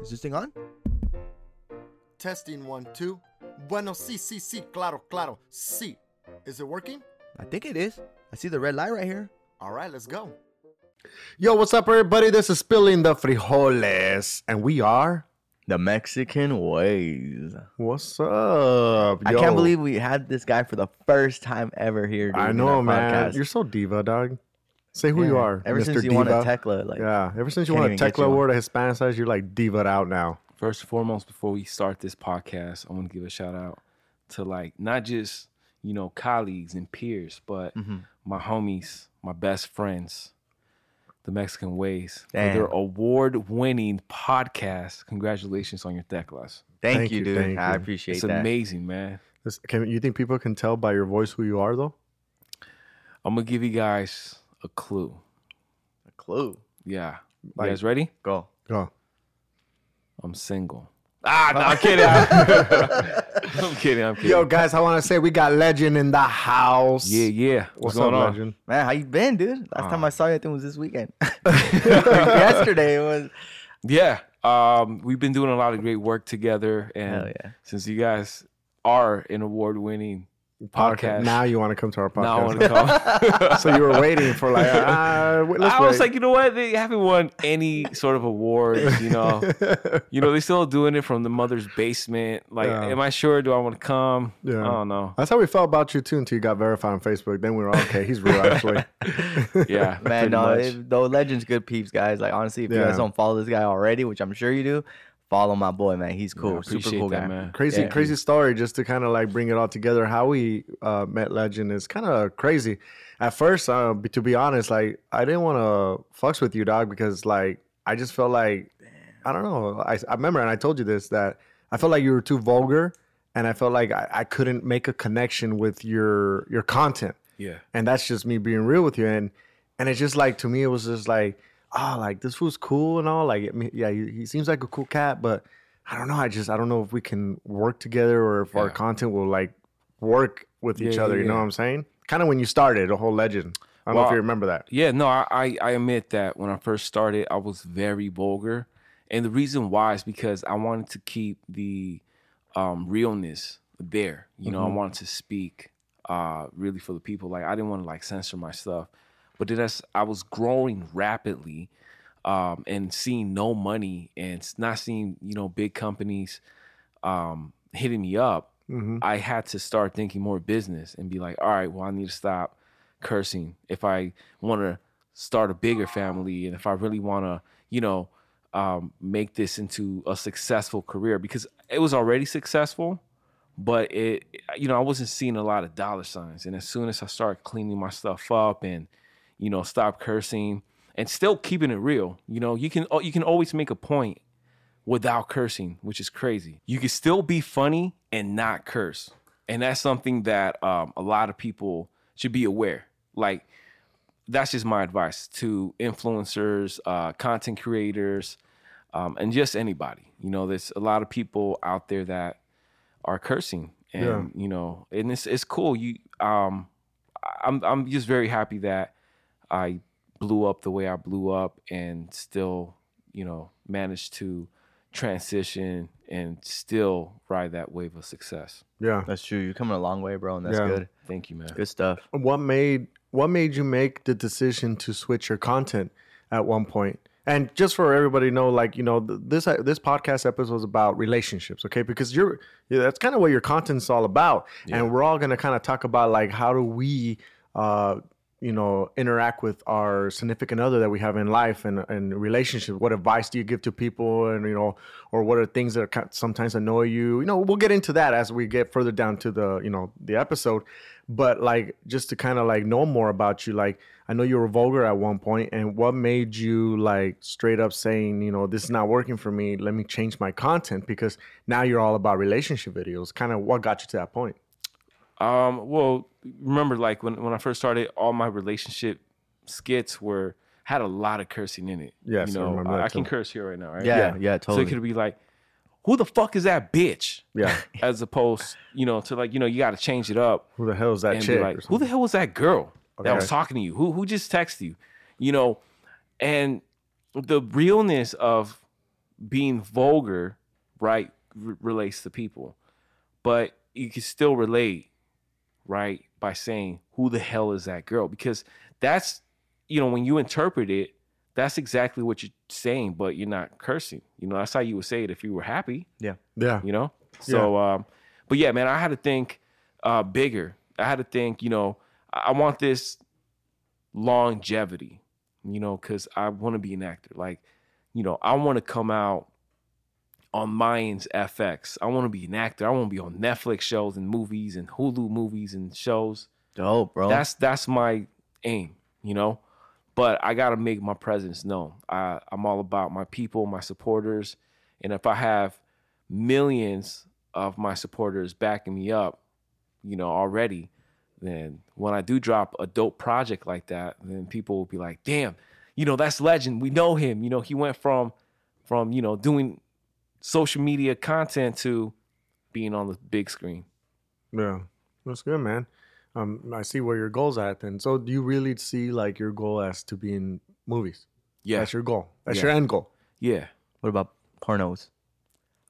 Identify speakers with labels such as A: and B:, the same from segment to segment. A: Is this thing on?
B: Testing one, two. Bueno, sí, sí, sí, claro, claro, sí. Is it working?
A: I think it is. I see the red light right here.
B: All right, let's go.
C: Yo, what's up, everybody? This is Spilling the Frijoles, and we are.
A: The Mexican ways.
C: What's up?
A: I
C: yo?
A: can't believe we had this guy for the first time ever here. dude,
C: I
A: in
C: know,
A: our
C: man.
A: podcast.
C: You're so diva, dog. Say who
A: Yeah.
C: you are.
A: Ever
C: Mr.
A: since you
C: diva.
A: won a Tekla, like
C: yeah. Ever since you
A: can't
C: won a
A: even get
C: Tekla
A: you
C: award at Hispanic size, you're like diva out now.
D: first and foremost, before we start this podcast, I want to give a shout out to like not just you know colleagues and peers, but my homies, my best friends, the Mexican Ways
A: Damn.
D: for their award-winning podcast. Congratulations on your teclas.
A: Thank,
C: Thank
A: you,
C: you,
A: dude.
C: thank
A: I
C: you.
A: appreciate
D: It's
A: that.
D: amazing, man.
C: This- can you think people can tell by your voice who you are though?
D: I'm gonna give you guys a clue.
A: Clue.
D: Yeah, you
C: Like-
D: guys ready?
A: Go.
C: Go.
D: I'm single. Ah, no, I'm kidding. I'm kidding. I'm kidding.
C: Yo, guys, I want to say we got legend in the house.
D: yeah, yeah.
C: What's,
D: What's, going
C: up,
D: on?
C: legend?
A: Man, how you been, dude? Last
C: Ah.
A: time I saw you, I think was this weekend. Yesterday it was.
D: Yeah. Um, we've been doing a lot of great work together. And
A: Hell yeah.
D: since you guys are an award winning podcast,
C: Now you want to come to our podcast?
D: now I want to call.
C: so you were waiting for like. Uh, wait, let's
D: I was
C: wait.
D: like, you know what? They haven't won any sort of awards, you know. you know, they're still doing it from the mother's basement. Like,
C: Yeah.
D: am I sure? Do I want to come?
C: Yeah.
D: I don't know.
C: That's how we felt about you too until you got verified on Facebook. Then we were okay. He's real, actually.
D: Yeah.
A: Man,
D: pretty
A: no,
D: much.
A: it, though legend's good peeps, guys. Like honestly, if you
C: Yeah.
A: guys don't follow this guy already, which I'm sure you do, follow my boy, man. He's cool,
D: I
A: super
D: appreciate
A: cool
D: that,
A: guy.
D: man.
C: crazy,
A: Yeah.
C: crazy story. Just to kind of like bring it all together, how we uh, met Legend is kind of crazy. At first, uh, b- to be honest, like I didn't want to fucks with you, dog, because like I just felt like I don't know. I, I remember, and I told you this that I felt like you were too vulgar, and I felt like I, I couldn't make a connection with your your content.
D: Yeah.
C: and that's just me being real with you and and it's just like to me it was just like oh like this fool's cool and all like I mean, yeah he, he seems like a cool cat but i don't know i just i don't know if we can work together or if our
D: Yeah.
C: content will like work with each
D: Yeah,
C: other
D: yeah,
C: you know
D: yeah.
C: what i'm saying kind of when you started a whole legend i don't know if
D: Well,
C: you remember that
D: Yeah, no, I, I I admit that when I first started, I was very vulgar, and the reason why is because I wanted to keep the um, realness there. You know, I wanted to speak uh, really for the people. Like I didn't want to like censor my stuff, but then as I was growing rapidly, um, and seeing no money and s- not seeing you know big companies um, hitting me up,
C: mm-hmm.
D: I had to start thinking more business and be like, all right, well, I need to stop cursing if I want to start a bigger family and if I really want to, you know, um, make this into a successful career because it was already successful, but it, you know, I wasn't seeing a lot of dollar signs. And as soon as I started cleaning my stuff up and, you know, stop cursing and still keeping it real, you know, you can oh, you can always make a point without cursing, which is crazy. You can still be funny and not curse. And that's something that um, a lot of people should be aware. Like, that's just my advice to influencers, uh, content creators, um, and just anybody. You know, there's a lot of people out there that are cursing, and
C: Yeah.
D: you know, and it's it's cool. You, um, I- I'm I'm just very happy that I blew up the way I blew up, and still, you know, managed to transition and still ride that wave of success.
C: yeah
A: That's true. You're coming a long way, bro, and that's
C: Yeah.
A: good.
D: Thank you, man.
A: Good stuff.
C: what made what made you make the decision to switch your content at one point and just for everybody to know like you know th- this this podcast episode is about relationships okay because you're yeah, that's kind of what your content's all about and we're all going to kind of talk about like how do we uh you know interact with our significant other that we have in life and and relationship what advice do you give to people and you know or what are things that are kind- sometimes annoy you you know we'll get into that as we get further down to the you know the episode but like just to kind of like know more about you like i know you were vulgar at one point and what made you like straight up saying you know this is not working for me let me change my content because now you're all about relationship videos kind of what got you to that point
D: Um, well, remember, like when, when I first started, all my relationship skits were had a lot of cursing in it.
C: Yes,
D: you
C: I
D: know,
C: remember
D: I,
C: that
D: I can
C: too.
D: curse here right now, right?
E: Yeah, yeah, totally.
D: So it could be like, "Who the fuck is that bitch?"
C: yeah
D: As opposed, you know, to like, you know, you got to change it up
C: who the hell is that
D: and
C: chick
D: be
C: or
D: like, "Who
C: something?
D: the hell was that girl that was
C: Okay.
D: talking to you? Who who just texted you?" You know, and the realness of being vulgar, right, r- relates to people, but you can still relate, right, by saying, "Who the hell is that girl?" Because that's you know when you interpret it, that's exactly what you're saying, but you're not cursing. You know, that's how you would say it if you were happy
C: yeah
D: you know so um but yeah man i had to think uh bigger i had to think you know i, I want this longevity you know because i want to be an actor like you know i want to come out on Mayans FX. I want to be an actor. I want to be on Netflix shows and movies and Hulu movies and shows.
E: Dope, Oh, bro.
D: That's that's my aim, you know. But I gotta make my presence known. I, I'm all about my people, my supporters, and if I have millions of my supporters backing me up, you know, already, then when I do drop a dope project like that, then people will be like, "Damn, you know, that's legend. We know him. You know, he went from from you know doing social media content to being on the big screen."
C: Yeah, that's good, man. Um, I see where your goal's at. Then, so do you really see like your goal as to be in movies?
D: Yeah,
C: that's your goal. That's
D: Yeah.
C: your end goal.
D: yeah.
E: what about pornos?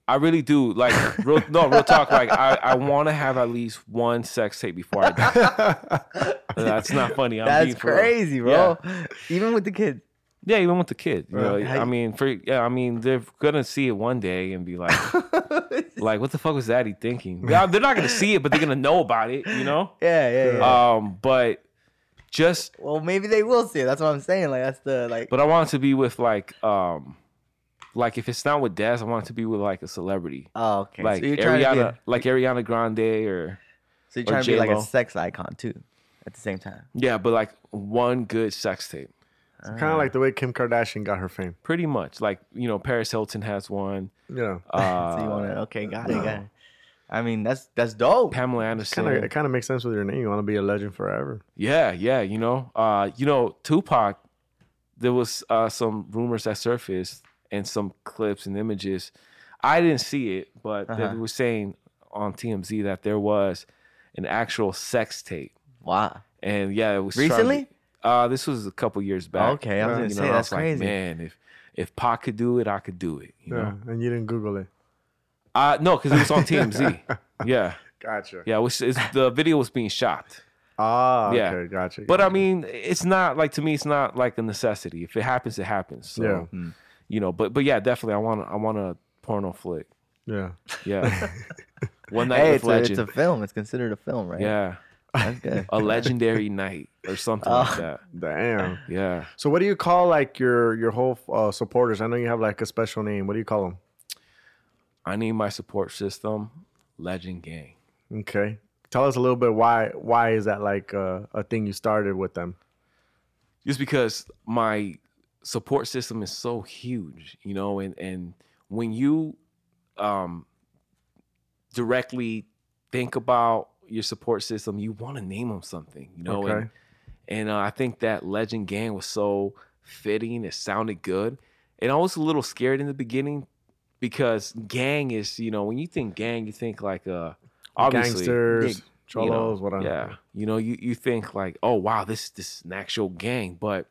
D: I really do like real no real talk. Like I, I want to have at least one sex tape before I die. That's not funny. I'm
A: That's
D: being for real.
A: crazy, bro. Even with the kids.
D: Yeah, even with the kid. You know,
A: Yeah.
D: I mean, for yeah, I mean, they're gonna see it one day and be like, like, what the fuck was that he thinking? Yeah, They're not gonna see it, but they're gonna know about it. You know.
A: Yeah, yeah, yeah.
D: Um, but just
A: well, maybe they will see it. That's what I'm saying. Like that's the like.
D: but I want it to be with like um, like if it's not with Daz, I want it to be with like a celebrity,
A: oh, okay.
D: like
A: so you're trying to be,
D: Ariana,
A: a-
D: like Ariana Grande or.
A: so you're
D: or
A: trying to be like a
D: J-Lo.
A: sex icon too, at the same time.
D: Yeah, but like one good sex tape,
C: It's
E: Ah.
C: kind of like the way Kim Kardashian got her fame.
D: pretty much. Like you know, Paris Hilton has one.
C: Yeah,
D: Uh,
A: Ah. So you want to? Okay, got it, got it. I mean, that's that's dope.
C: kind
D: Pamela
C: of. It
D: Anderson.
C: kind of makes sense with your name. You want to be a legend forever.
D: Yeah, yeah. You know, uh, you know, Tupac. There was uh, some rumors that surfaced and some clips and images. I didn't see it, but they
A: Uh-huh.
D: were saying on TMZ that there was an actual sex tape,
A: Wow.
D: and yeah, it was trying to-
A: Recently?
D: uh, this was a couple years back.
A: Okay, I was
D: You
A: gonna
D: know,
A: say,
D: I
A: that's
D: was like,
A: crazy. Uh-huh.
D: man, if if Pac could do it, I could do it. You know.
C: Yeah, and you didn't Google it.
D: Uh, no, because it was on TMZ. yeah,
C: Gotcha.
D: yeah. It was, it's, the video was being shopped,
C: Ah,
D: Yeah.
C: okay, gotcha.
D: but I
C: gotcha.
D: mean, it's not like to me, it's not like a necessity. If it happens, it happens. So,
C: Yeah.
A: Hmm.
D: you know, but but yeah, definitely, I want I want a porno flick.
C: yeah,
D: Yeah, one night
A: Hey,
D: with
A: it's a, it's
D: legend.
A: a film. It's considered a film, right?
D: yeah,
A: That's good. Oh.
D: a legendary night or something like that.
C: damn.
D: Yeah.
C: So, what do you call like your your whole uh, supporters? I know you have like a special name. What do you call them?
D: I need my support system, Legend Gang.
C: Okay, tell us a little bit why why is that like uh, a thing you started with them?
D: just because my support system is so huge, you know, and and when you um directly think about your support system, you want to name them something, you know, and
C: Okay.
D: and uh, I think that Legend Gang was so fitting. It sounded good, and I was a little scared in the beginning because gang is, you know, when you think gang, you think like uh obviously
C: Gangsters,
D: you
C: cholos,
D: know,
C: whatever.
D: Yeah, you know, you you think like, oh wow, this this is an actual gang, but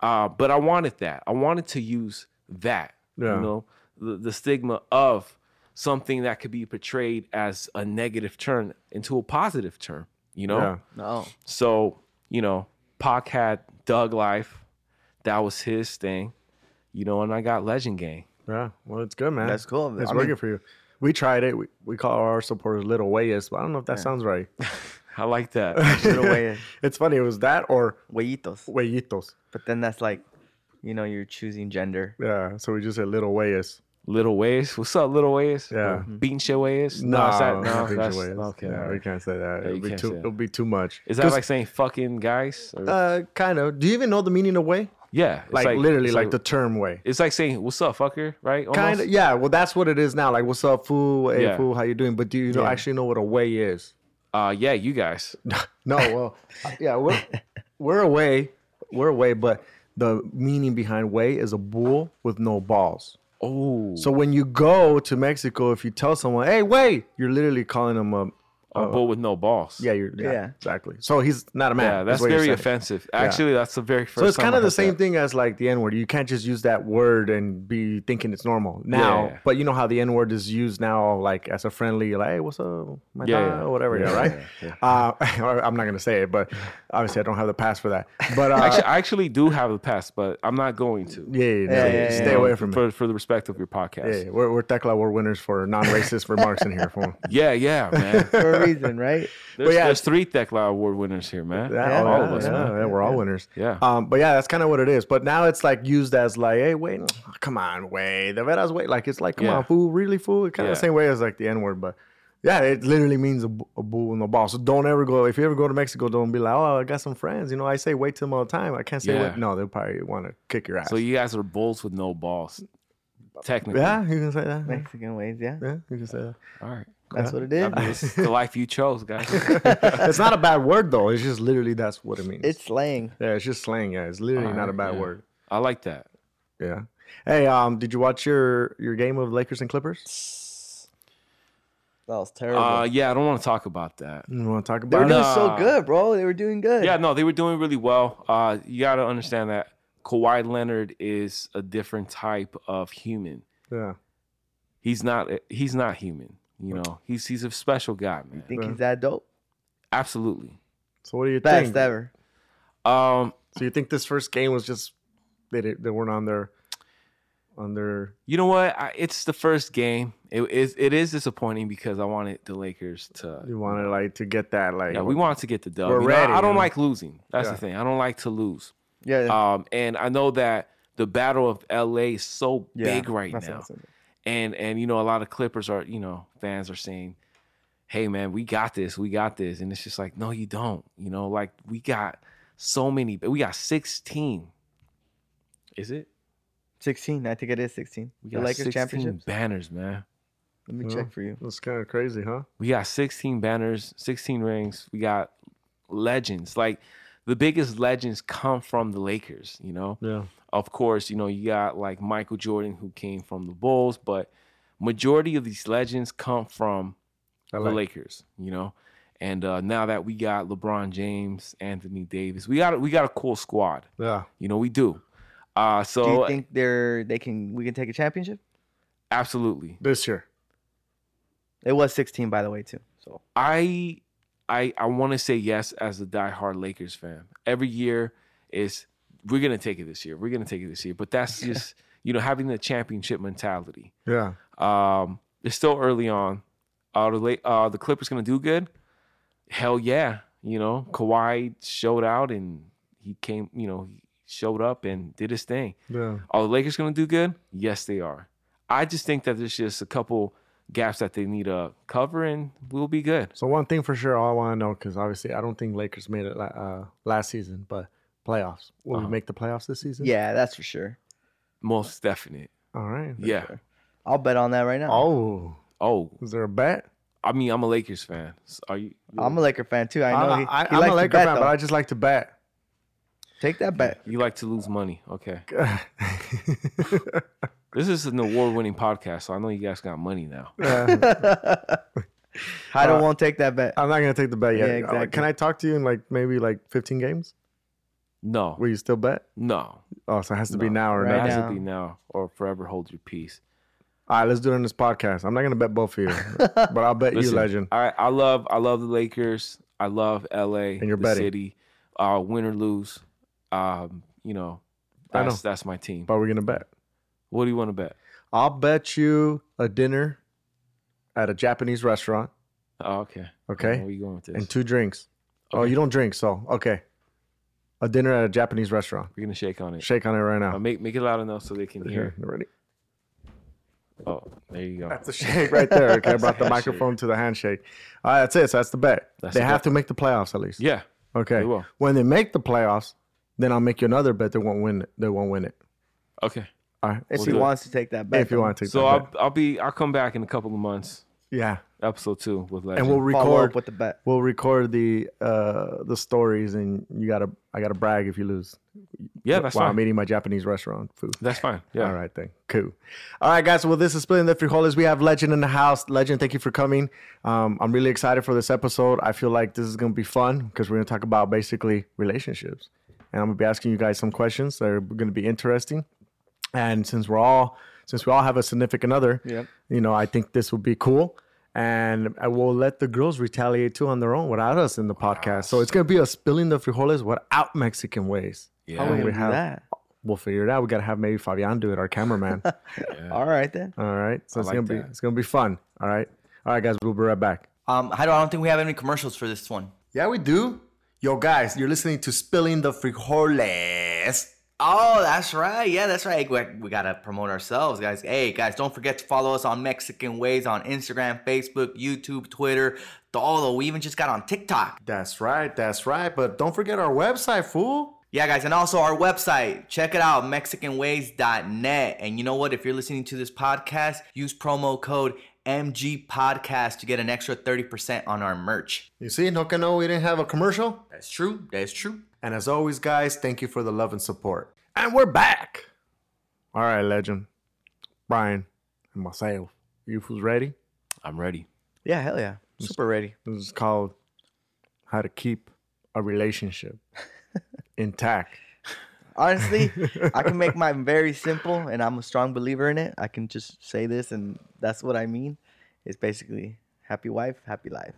D: uh, but I wanted that. I wanted to use that.
C: Yeah.
D: You know, the, the stigma of something that could be portrayed as a negative turn into a positive turn. You know,
C: Yeah.
A: No.
D: so you know, Pac had Doug Life, that was his thing. You know, and I got Legend Gang.
C: Yeah, well, it's good, man.
A: That's cool.
C: It's
A: I mean-
C: working for you. We tried it. We, we call our supporters little wayas, but I don't know if that sounds right.
D: I like that.
E: Put away it.
C: it's funny. It was that or
E: Huellitos.
C: huellitos.
E: But then that's like, you know, you're choosing gender.
C: Yeah. So we just said little huellas.
D: Little Wayes. What's up, Little Wayes?
C: Yeah.
D: Pinche Wayes? it's not-
C: not Pinche
D: that's-
C: Huellas.
D: okay.
C: Yeah,
D: all
C: we
D: right.
C: can't say that.
D: Yeah,
C: it'll,
D: you
C: be
D: can't
C: too,
D: say it.
C: it'll be too much.
D: Is that
C: 'Cause,
D: like saying fucking guys? Or-
C: uh, kind of? Do you even know the meaning of way?
D: yeah. it's
C: Like, literally,
D: it's
C: like, the term way.
D: It's like saying "What's up, fucker?" Right?
C: Kind of.
D: Almost?
C: Yeah. Well, that's what it is now. Like, what's up, fool? Hey,
D: Yeah.
C: fool, how you doing? But do you know, actually know what a way is?
D: Uh, yeah, you guys.
C: No, well, uh, yeah, we're we're away, we're away, but the meaning behind way is a bull with no balls.
D: Oh,
C: So when you go to Mexico, if you tell someone, "Hey, way," you're literally calling him a
D: a bull with no balls.
C: yeah, you're yeah,
E: Yeah.
C: exactly. So he's not a man.
D: yeah, that's
C: what you're
D: very
C: saying.
D: offensive. Actually, that's the very first.
C: So it's
D: time
C: kind
D: I
C: of the
D: heard
C: same
D: that.
C: thing as like the N word. You can't just use that word and be thinking it's normal now.
D: Yeah.
C: But you know how the N word is used now, like as a friendly, like, hey, what's up, my
D: Yeah,
C: yeah,
D: yeah.
C: or whatever, yeah,
D: Yeah,
C: right?
D: yeah,
C: Uh, I'm not gonna say it, but obviously I don't have the pass for that. But uh,
D: Actually, I actually do have a past, but I'm not going to.
C: yeah, yeah, no,
E: yeah,
C: stay
D: You know,
C: away from
D: for,
C: it.
D: for the respect of your podcast.
C: Yeah, we're, we're Tecla Award winners for non-racist remarks in here. Fool.
D: Yeah, yeah, man. There's,
A: for a reason, right?
C: yeah.
D: there's three Tecla Award winners here, man.
C: Yeah,
D: all
C: yeah,
D: of us,
C: yeah,
D: man.
C: yeah, we're all winners.
D: Yeah.
C: Um, but yeah, that's kind of what it is. But now it's like used as like, hey, wait, no, come on, wait, the veras wait. Like it's like, come
D: Yeah.
C: on, fool, really fool. Kind of
D: Yeah.
C: the same way as like the N word, but yeah, it literally means a, b- a bull with no ball. So don't ever go if you ever go to Mexico, don't be like, oh, I got some friends. You know, I say wait till them all the time. I can't say
D: Yeah.
C: wait. No, they'll probably want to kick your ass.
D: So you guys are bulls with no balls, technically.
C: yeah, you can say that.
E: Mexican ways, yeah.
C: Yeah, you can say that.
D: All right.
A: That's what it
D: I
A: is.
D: mean, it's the life you chose, guys.
C: it's not a bad word though. It's just literally that's what it means.
A: It's slang.
C: yeah, it's just slang. Yeah, it's literally not a
D: Alright,
C: bad
D: yeah.
C: word.
D: I like that.
C: Yeah. Hey, um, did you watch your your game of Lakers and Clippers?
A: That was terrible.
D: Uh, yeah, I don't want to talk about that.
C: You want to talk
A: they were
C: about
A: doing
C: it?
A: so
D: nah.
A: good, bro. They were doing good.
D: Yeah, no, they were doing really well. Uh, you got to understand that Kawhi Leonard is a different type of human.
C: Yeah.
D: He's not. He's not human. You know, he's he's a special guy, man.
A: Think he's that dope?
D: Absolutely.
C: So what do you
A: Best
C: think?
A: ever.
D: Um,
C: So you think this first game was just they did, they weren't on their on their
D: you know what? I, it's the first game. It is. It is disappointing because I wanted the Lakers to.
C: you wanted like to get that like
D: Yeah, we wanted to get the dub.
C: We're
D: you know? I-
C: ready,
D: I don't
C: you know?
D: like losing. That's
C: Yeah.
D: the thing. I don't like to lose.
A: Yeah.
D: Um, and I know that the battle of LA is so
A: yeah.
D: big right
A: That's what
D: now.
A: I'm saying.
D: and and you know a lot of clippers are you know fans are saying hey man we got this we got this and it's just like no you don't you know like we got so many we got 16 is it
A: 16. I think it is 16.
D: we
A: The
D: got
A: Lakers championships.
D: banners man
A: Let me
C: Yeah.
A: check for you.
C: It's kind of crazy, huh?
D: we got 16 banners 16 rings we got legends like the biggest legends come from the lakers you know
C: Yeah.
D: of course, you know, you got like Michael Jordan who came from the Bulls, but majority of these legends come from the
C: LA.
D: Lakers, you know. And uh, now that we got LeBron James, Anthony Davis, we got we got a cool squad.
C: Yeah.
D: You know, we do. Uh
A: Do you
D: so
A: think they're they can we can take a championship?
D: absolutely.
C: This year.
A: It was 16 by the way too. So
D: I I I want to say yes as a diehard Lakers fan. Every year is we're gonna take it this year. We're gonna take it this year. But that's just you know having the championship mentality.
C: Yeah.
D: Um, it's still early on. Are the late, uh, the Clippers gonna do good? Hell yeah! You know, Kawhi showed out and he came. You know, he showed up and did his thing.
C: Yeah.
D: Are the Lakers gonna do good? Yes, they are. I just think that there's just a couple gaps that they need to cover, and we'll be good.
C: So one thing for sure, I want to know because obviously I don't think Lakers made it la- uh, last season, but playoffs. Will
D: Uh-huh.
C: we make the playoffs this season?
A: yeah, that's for sure.
D: Most definite.
C: All right.
D: Yeah.
A: I'll bet on that right now.
C: Oh,
D: Oh,
C: is there a bet?
D: I mean, I'm a Lakers fan. So are you?
A: I'm a Laker fan too. I know
C: I'm,
A: he,
C: I,
A: he
C: am
A: likes
C: a
A: to
C: Laker
A: bet,
C: fan,
A: though.
C: but I just like to bet.
A: Take that bet.
D: You like to lose money? Okay.
C: yeah,
D: This is an award-winning podcast, so I know you guys got money now.
A: I don't won't take that bet.
C: I'm not gonna take the bet yet.
A: Yeah,
C: Uh,
A: exactly.
C: Can I talk to you in like maybe like 15 games?
D: No,
C: Will you still bet?
D: no.
C: Oh, so it has to be
D: No.
C: now or
D: It
A: Right
C: never.
D: has
A: now.
D: to be now or forever hold your peace.
C: All right, let's do it on this podcast. I'm not gonna bet both of you, but I'll bet you,
D: Listen,
C: legend.
D: I, I love I love the Lakers. I love LA
C: And you're
D: the
C: betting.
D: city. Uh win or lose. Um, you know,
C: I know.
D: that's that's my team.
C: But we're gonna bet.
D: What do you want to bet?
C: I'll bet you a dinner at a Japanese restaurant
D: Oh, okay.
C: Okay.
D: Where are you going with this?
C: and two drinks. Oh,
D: Okay.
C: you don't drink, so okay. A dinner at a Japanese restaurant.
D: We're gonna shake on it.
C: Shake on it right
D: Uh,
C: now.
D: make make it loud enough so they can hear.
C: Ready?
D: Oh, there you go.
C: That's a shake right there. Okay, I brought the microphone to the handshake. All right, that's it. So that's the bet.
D: That's
C: they
D: the
C: have
D: bet.
C: to make the playoffs at least.
D: Yeah.
C: Okay.
D: They will.
C: When they make the playoffs, then I'll make you another bet. They won't win. It. They won't win it.
D: Okay.
C: All right.
E: If
D: We'll
E: he
D: do it.
E: wants to take that back.
C: if you want to take
D: So
C: that
D: I'll
C: bet.
D: I'll be I'll come back in a couple of months.
C: yeah,
D: Episode two with Legend.
C: and we'll
E: follow
C: record.
E: up with the bet.
C: we'll record the uh the stories, and you gotta I gotta brag if you lose.
D: yeah, that's
C: while
D: fine.
C: I'm eating my Japanese restaurant food.
D: that's fine. Yeah.
C: All right, then. Cool. All right, guys. Well, this is Splitting the Frijoles. We have Legend in the house. Legend, thank you for coming. Um, I'm really excited for this episode. I feel like this is going to be fun because we're going to talk about basically relationships. And I'm going to be asking you guys some questions that are going to be interesting. And since we're all, since we all have a significant other, you know, I think this would be cool. And I will let the girls retaliate too on their own without us in the podcast. So it's going to be a Spilling the Frijoles without Mexican ways.
D: Yeah.
C: And
E: we
C: we
E: do
C: have-
E: that?
C: We'll figure it out. We got to have maybe Fabian do it, our cameraman.
E: All right then.
C: All right. So it's
D: like
C: gonna be
D: that.
C: it's gonna be fun. All right. All right, guys. We'll be right back.
F: Um, I don't, I don't think we have any commercials for this one.
C: Yeah, we do. Yo, guys, you're listening to Spilling the
F: Frijoles. Oh, that's right. Yeah, that's right. We, we gotta promote ourselves, guys. Hey, guys, don't forget to follow us on Mexican Ways on Instagram, Facebook, YouTube, Twitter. Although we even just got on TikTok.
C: That's right. That's right. But don't forget our website, fool.
F: Yeah, guys, and also our website. Check it out, MexicanWays.net. And you know what? If you're listening to this podcast, use promo code MG Podcast to get an extra 30% on our merch.
C: You see, no cano, we didn't have a commercial.
F: That's true. That's true.
C: And as always, guys, thank you for the love and support. And we're back. All right, legend. Brian and myself. You fools ready?
D: I'm ready.
E: Yeah, hell yeah. Super ready.
C: This is called How to Keep a Relationship Intact.
E: Honestly, I can make mine very simple, and I'm a strong believer in it. I can just say this, and that's what I mean. It's basically happy wife, happy life.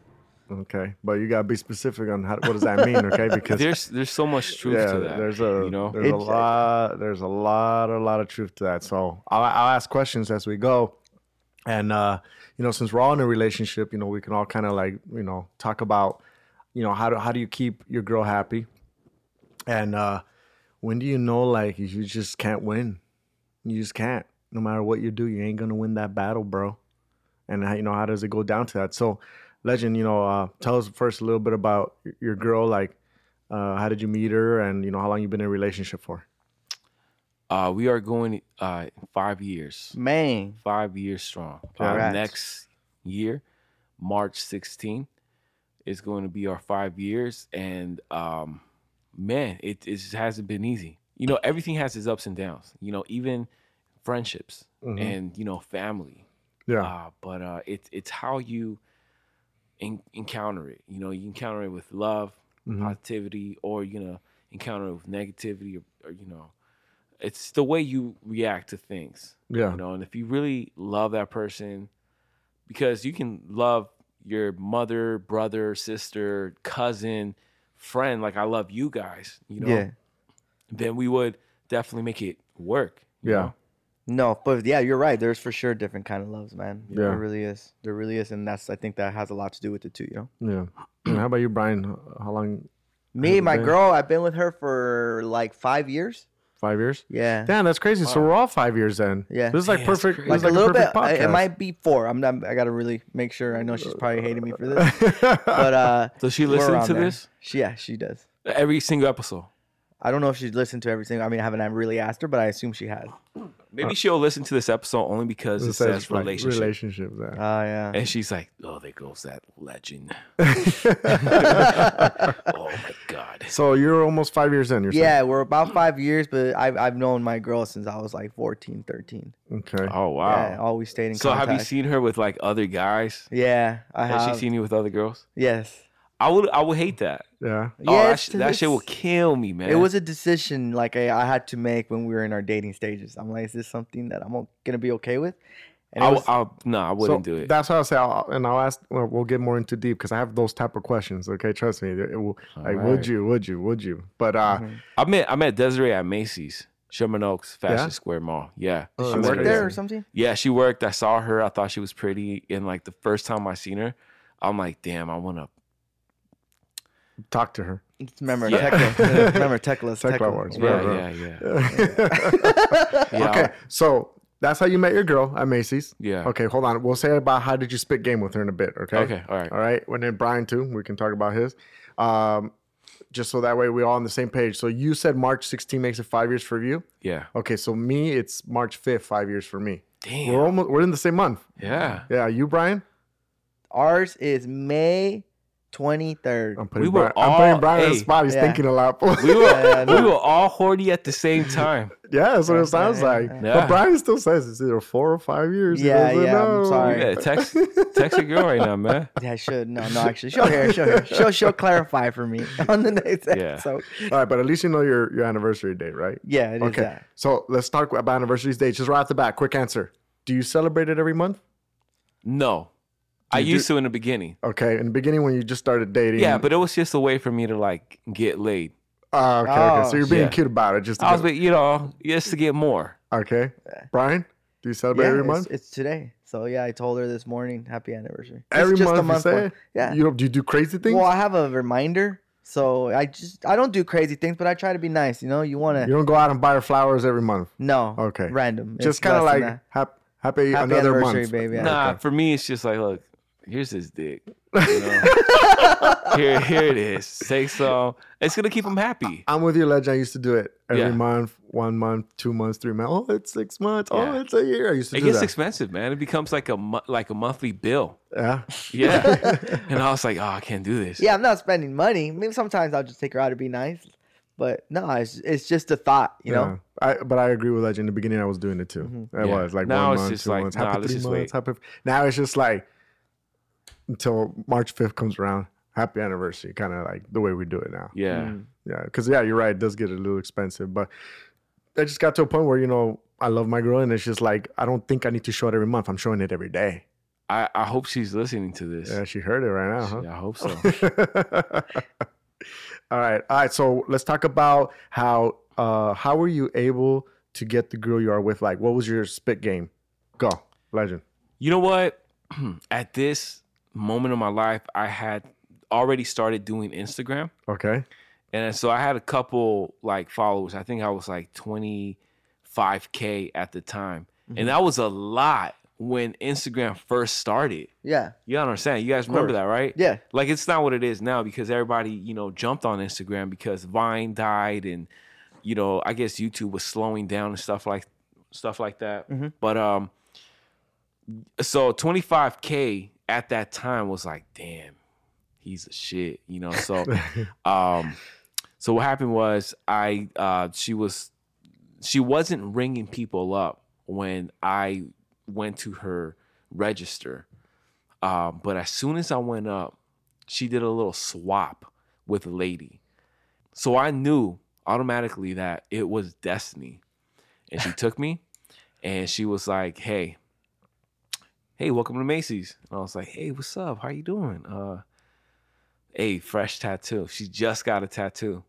C: Okay, but you gotta be specific on how, what does that mean, okay? Because
D: There's there's so much truth
C: yeah,
D: to that.
C: there's a
D: you know.
C: there's a
E: It-
C: lot there's a lot a lot of truth to that. So I'll, I'll ask questions as we go, and uh, you know, since we're all in a relationship, you know, we can all kind of like you know talk about you know how do how do you keep your girl happy, and uh, when do you know like you just can't win, you just can't. No matter what you do, you ain't gonna win that battle, bro. And how, you know how does it go down to that? So, legend, you know, uh, tell us first a little bit about y- your girl, like uh, how did you meet her and you know how long you been in a relationship for
D: Uh, we are going uh five years,
E: Man,
D: five years strong. Uh,
E: Congrats.
D: next year, March 16th, is going to be our five years, and um, man, it it just hasn't been easy. You know, everything has its ups and downs. You know, even friendships
C: Mm-hmm.
D: and you know family.
C: yeah
D: Uh, but uh, it's it's how you en- encounter it. You know, you encounter it with love,
C: Mm-hmm.
D: positivity, or you know, encounter it with negativity, or, or you know, it's the way you react to things.
C: Yeah.
D: you know, and if you really love that person, because you can love your mother, brother, sister, cousin, friend, like I love you guys. You know,
E: yeah.
D: then we would definitely make it work. you
C: yeah
D: know?
E: No, but yeah, you're right. There's for sure different kind of loves, man.
C: Yeah.
E: There really is. There really is, and that's I think that has a lot to do with it too. You know,
C: yeah and how about you brian H- how long
E: me, my
C: been?
E: girl, I've been with her for like five years.
C: five years
E: Yeah,
C: damn that's crazy so we're all five years in
E: Yeah.
C: this is like
D: Damn, that's
E: like
C: perfect this
E: a
C: is like
E: little
C: a
E: bit.
C: perfect
E: I,
C: podcast
E: it might be four. I'm not. I gotta really make sure. I know she's probably hating me for this, but uh,
D: Does she
E: we're
D: listen
E: on
D: to
E: there.
D: this?
E: She, yeah, she does.
D: Every single episode.
E: I don't know if she's listened to everything. I mean, I haven't I really asked her, but I assume she has.
D: Maybe she'll listen to this episode only because it, says,
C: like,
D: relationship.
C: relationship yeah.
E: Oh yeah.
D: And she's like, oh, there goes that legend. oh my God.
C: so you're almost five years in you're
E: Yeah, we're about five years, but I've, I've known my girl since I was like 14, 13.
C: saying? okay
E: Uh,
D: Oh,
E: Yeah,
D: wow.
E: always stayed in
D: so
E: contact.
D: have you seen her with like other guys?
E: Yeah, I have.
D: Has she seen you with other girls?
E: Yes.
D: I would I would hate that.
C: yeah
D: oh, that,
E: Yes,
D: sh- that shit will
E: it's-
D: kill me, man.
E: It was a decision like I, I had to make when we were in our dating stages. I'm like, is this something that I'm o- gonna be okay with? And it
D: I, uh,
E: was,
D: will no, I wouldn't
C: so
D: do it.
C: That's how I say, I'll, and I'll ask. Well, we'll get more into deep because I have those type of questions. Okay, trust me. It will, like, would
D: right.
C: you? Would you? Would you? But uh,
E: Mm-hmm.
D: I met I met Desiree at Macy's, Sherman Oaks Fashion
C: Yeah?
D: Square Mall. Yeah.
E: she
C: that's
E: Oh, worked there or
C: crazy.
E: something?
D: Yeah, she worked. I saw her. I thought she was pretty. And like the first time I seen her, I'm like, damn, I want to.
C: Talk to her.
E: Remember
D: Yeah.
E: Tekla. Remember Tekla's
C: Tekla
E: Tekla.
C: words,
D: Yeah,
C: bro.
D: yeah, yeah, yeah. I-
C: okay, so that's how you met your girl at Macy's.
D: Yeah.
C: Okay, hold on. We'll say about how did you spit game with her in a bit. Okay.
D: Okay, all right.
C: All right. And then Brian too. We can talk about his. Um, just so that way we're all on the same page. So you said March 16 makes it five years for you.
D: Yeah.
C: Okay, so me, it's March 5th, five years for me.
D: Damn.
C: We're almost we're in the same month.
D: yeah.
C: Yeah, you Brian.
E: Ours is May 23rd.
C: I'm putting
D: We were
C: Brian, I'm putting
D: all-
C: Brian on the
D: hey.
C: spot. He's
E: Yeah.
C: thinking a lot.
D: We
E: Um,
D: were, we were all horny at the same time.
C: yeah, that's what it sounds
E: yeah,
C: like.
D: Yeah.
C: But Brian still says it's either four or five years. He
E: Yeah,
C: doesn't
E: yeah, I'm
C: know.
E: sorry.
D: Yeah, text text your girl right now, man.
E: Yeah, I should. No, no, actually. Show her. Show her. She'll, she'll clarify for me on the next
D: Yeah.
E: episode.
C: All right, but at least you know your, your anniversary date, right?
E: Yeah, it is
C: okay.
E: that.
C: So let's talk about anniversaries date. Just right off the bat, quick answer. Do you celebrate it every month?
D: No. I
C: You do-
D: used to in the beginning.
C: Okay. In the beginning, when you just started dating.
D: Yeah, but it was just a way for me to like get laid.
C: Ah, okay, okay.
E: Oh,
C: So you're being
D: yeah.
C: cute about it. Just to
D: I was,
C: get-
D: like, you know, just to get more.
C: okay. Brian, do you celebrate
E: Yeah,
C: every
E: it's,
C: month?
E: it's today. So yeah, I told her this morning, happy anniversary. It's
C: every
E: just
C: month,
E: a month
C: you say?
E: one. Yeah.
C: You don't, do you do crazy things?
E: Well, I have a reminder. So I just I don't do crazy things, but I try to be nice. You know, you want
C: you
E: to
C: don't go out and buy her flowers every month.
E: no
C: Okay.
E: random. It's
C: just kind of
E: less than
C: like
E: that.
C: hap- happy,
E: happy
C: another
E: anniversary,
C: month.
E: baby. Yeah.
D: Nah, for me, it's just like, look, here's this dick. You know? here, here it is. Take some. It's gonna keep him happy.
C: I'm with you, Legend. I used to do it every
D: Yeah.
C: month, one month, two months, three months. Oh, it's six months. Oh,
D: Yeah.
C: it's a year. I used to
D: It
C: do
D: gets
C: that.
D: expensive, man. It becomes like a mo- like a monthly bill.
C: yeah.
D: Yeah, and I was like, oh, I can't do this.
E: Yeah, I'm not spending money. I mean, sometimes I'll just take her out to be nice, but no, it's it's just a thought. You know, Mm-hmm.
C: Yeah. I, but I agree with Legend. In the beginning, I was doing it too. I
D: Yeah.
C: was like
D: Now
C: one
D: it's
C: month,
D: just
C: two
D: like,
C: months,
D: nah,
C: happy
D: let's
C: three
D: just
C: months,
D: wait.
C: happy. Now it's just like until March 5th comes around, happy anniversary, kind of like the way we do it now.
D: yeah,
E: Mm.
C: Yeah, because yeah, you're right. It does get a little expensive, but I just got to a point where you know I love my girl, and it's just like I don't think I need to show it every month. I'm showing it every day.
D: I, I hope she's listening to this.
C: Yeah, she heard it right now, huh?
D: I hope so.
C: all right, all right. So let's talk about how uh how were you able to get the girl you are with? Like, what was your spit game? Go, legend.
D: you know what? At this moment of my life, I had already started doing Instagram.
C: Okay,
D: And so I had a couple like followers. I think I was like 25K at the time.
C: Mm-hmm.
D: And that was a lot when Instagram first started.
E: yeah,
D: You understand? You guys remember that, right?
E: yeah,
D: Like it's not what it is now because everybody, you know, jumped on Instagram because Vine died and you know, I guess YouTube was slowing down and stuff like stuff like that. But um so 25k at that time was like, damn, he's a shit, you know. So um so what happened was I uh she was she wasn't ringing people up when I went to her register. Um, but as soon as I went up, she did a little swap with a lady. So I knew automatically that it was destiny. And she took me and she was like, Hey, hey, welcome to Macy's. And I was like, Hey, what's up? How you doing? Uh hey, fresh tattoo. She just got a tattoo.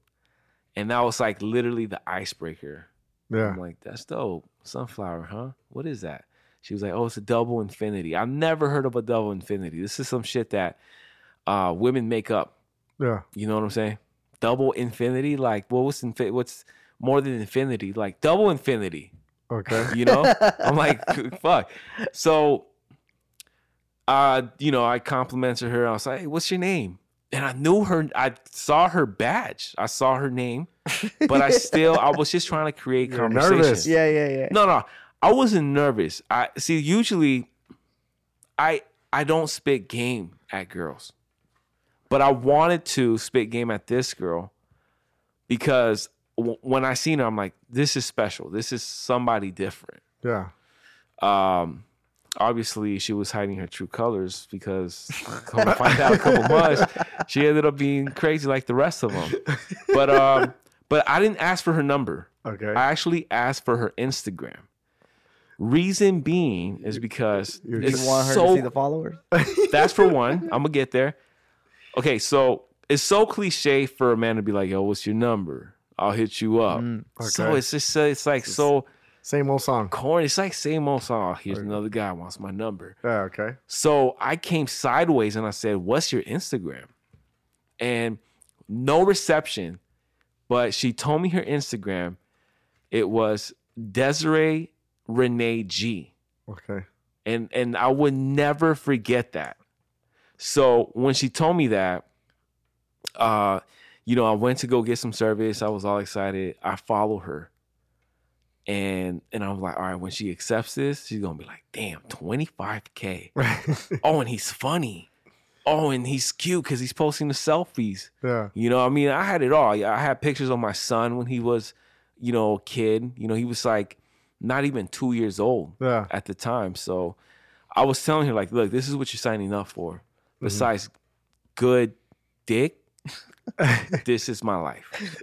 D: And that was like literally the icebreaker.
C: yeah.
D: I'm like, that's dope. Sunflower, huh? What is that? She was like, oh, it's a double infinity. I've never heard of a double infinity. This is some shit that uh, women make up.
C: Yeah.
D: You know what I'm saying? Double infinity? Like, well, what's, infin- what's more than infinity? Like, double infinity.
C: Okay.
D: You know? I'm like, fuck. So, uh, you know, I complimented her. I was like, hey, what's your name? And I knew her. I saw her badge. I saw her name, but I still, I was just trying to create
C: You're
D: conversation.
C: nervous.
E: yeah, yeah, yeah.
D: No, no. I wasn't nervous. I see usually I I don't spit game at girls. But I wanted to spit game at this girl because w- when I seen her I'm like this is special. This is somebody different.
C: Yeah.
D: Um obviously she was hiding her true colors because come to find out a couple months she ended up being crazy like the rest of them. But um but I didn't ask for her number.
C: Okay.
D: I actually asked for her Instagram. Reason being is because it's
E: You want her
D: so
E: to see the followers?
D: that's for one. I'm gonna get there. Okay, so it's so cliche for
E: Mm,
D: a man to be like, "Yo, what's your number? I'll hit you up." So
C: okay.
D: it's just uh, it's like so
C: Same old song.
D: Corny. It's like same old song. Here's another guy wants my number.
C: Yeah, okay.
D: So I came sideways and I said, What's your Instagram? And no reception, but she told me her Instagram. It was Desiree Renee G.
C: Okay.
D: And and I would never forget that. So when she told me that, uh, you know, I went to go get some service. I was all excited. I follow her. And and I was like, all right, when she accepts this, she's gonna be like, damn, 25K. Oh, and he's funny. Oh, and he's cute because he's posting the selfies.
C: yeah.
D: You know, I mean, I had it all. Yeah, I had pictures of my son when he was, you know, a kid. You know, he was like not even two years old
C: Yeah.
D: at the time. So I was telling her, like, look, this is what you're signing up for.
E: Mm-hmm.
D: Besides good dick, this is my life.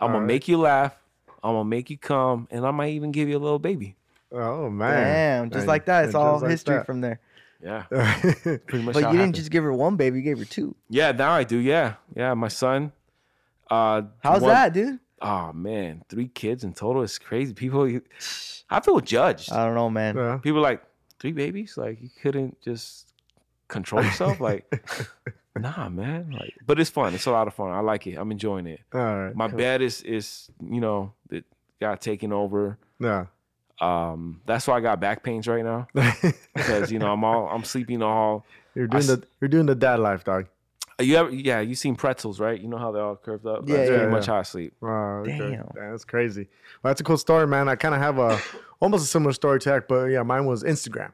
D: I'm gonna make you laugh. I'm gonna make you come, and I might even give you a little baby.
C: Oh man.
E: Damn, just like that. It's all history from there.
D: Yeah,
C: from
D: pretty much.
E: But
D: how
E: you didn't
D: it happened.
E: just give her one baby, you gave her two.
D: Yeah, now I do. Yeah, yeah. My son. Uh,
E: How's
D: one-
E: that, dude?
D: Oh man, three kids in total is crazy. People, I feel judged.
C: Uh,
E: I don't know, man.
C: Yeah.
D: People are like three babies, like you couldn't just control yourself, like nah, man. Like, but it's fun. It's a lot of fun. I like it. I'm enjoying it.
C: All right.
D: My bed is is you know it got taken over.
C: Yeah.
D: Um, that's why I got back pains right now because you know I'm all I'm sleeping all.
C: you're doing
D: s-
C: the you're doing the dad life, dog.
D: Uh, You ever yeah you seen pretzels right? You know how they're all curved up.
E: Yeah,
D: that's
C: yeah,
D: pretty much
C: yeah.
D: how I sleep.
C: Wow, okay.
E: Damn.
C: Damn, that's crazy. Well, that's a cool story, man. I kind of have a almost a similar story to that, but yeah, mine was Instagram.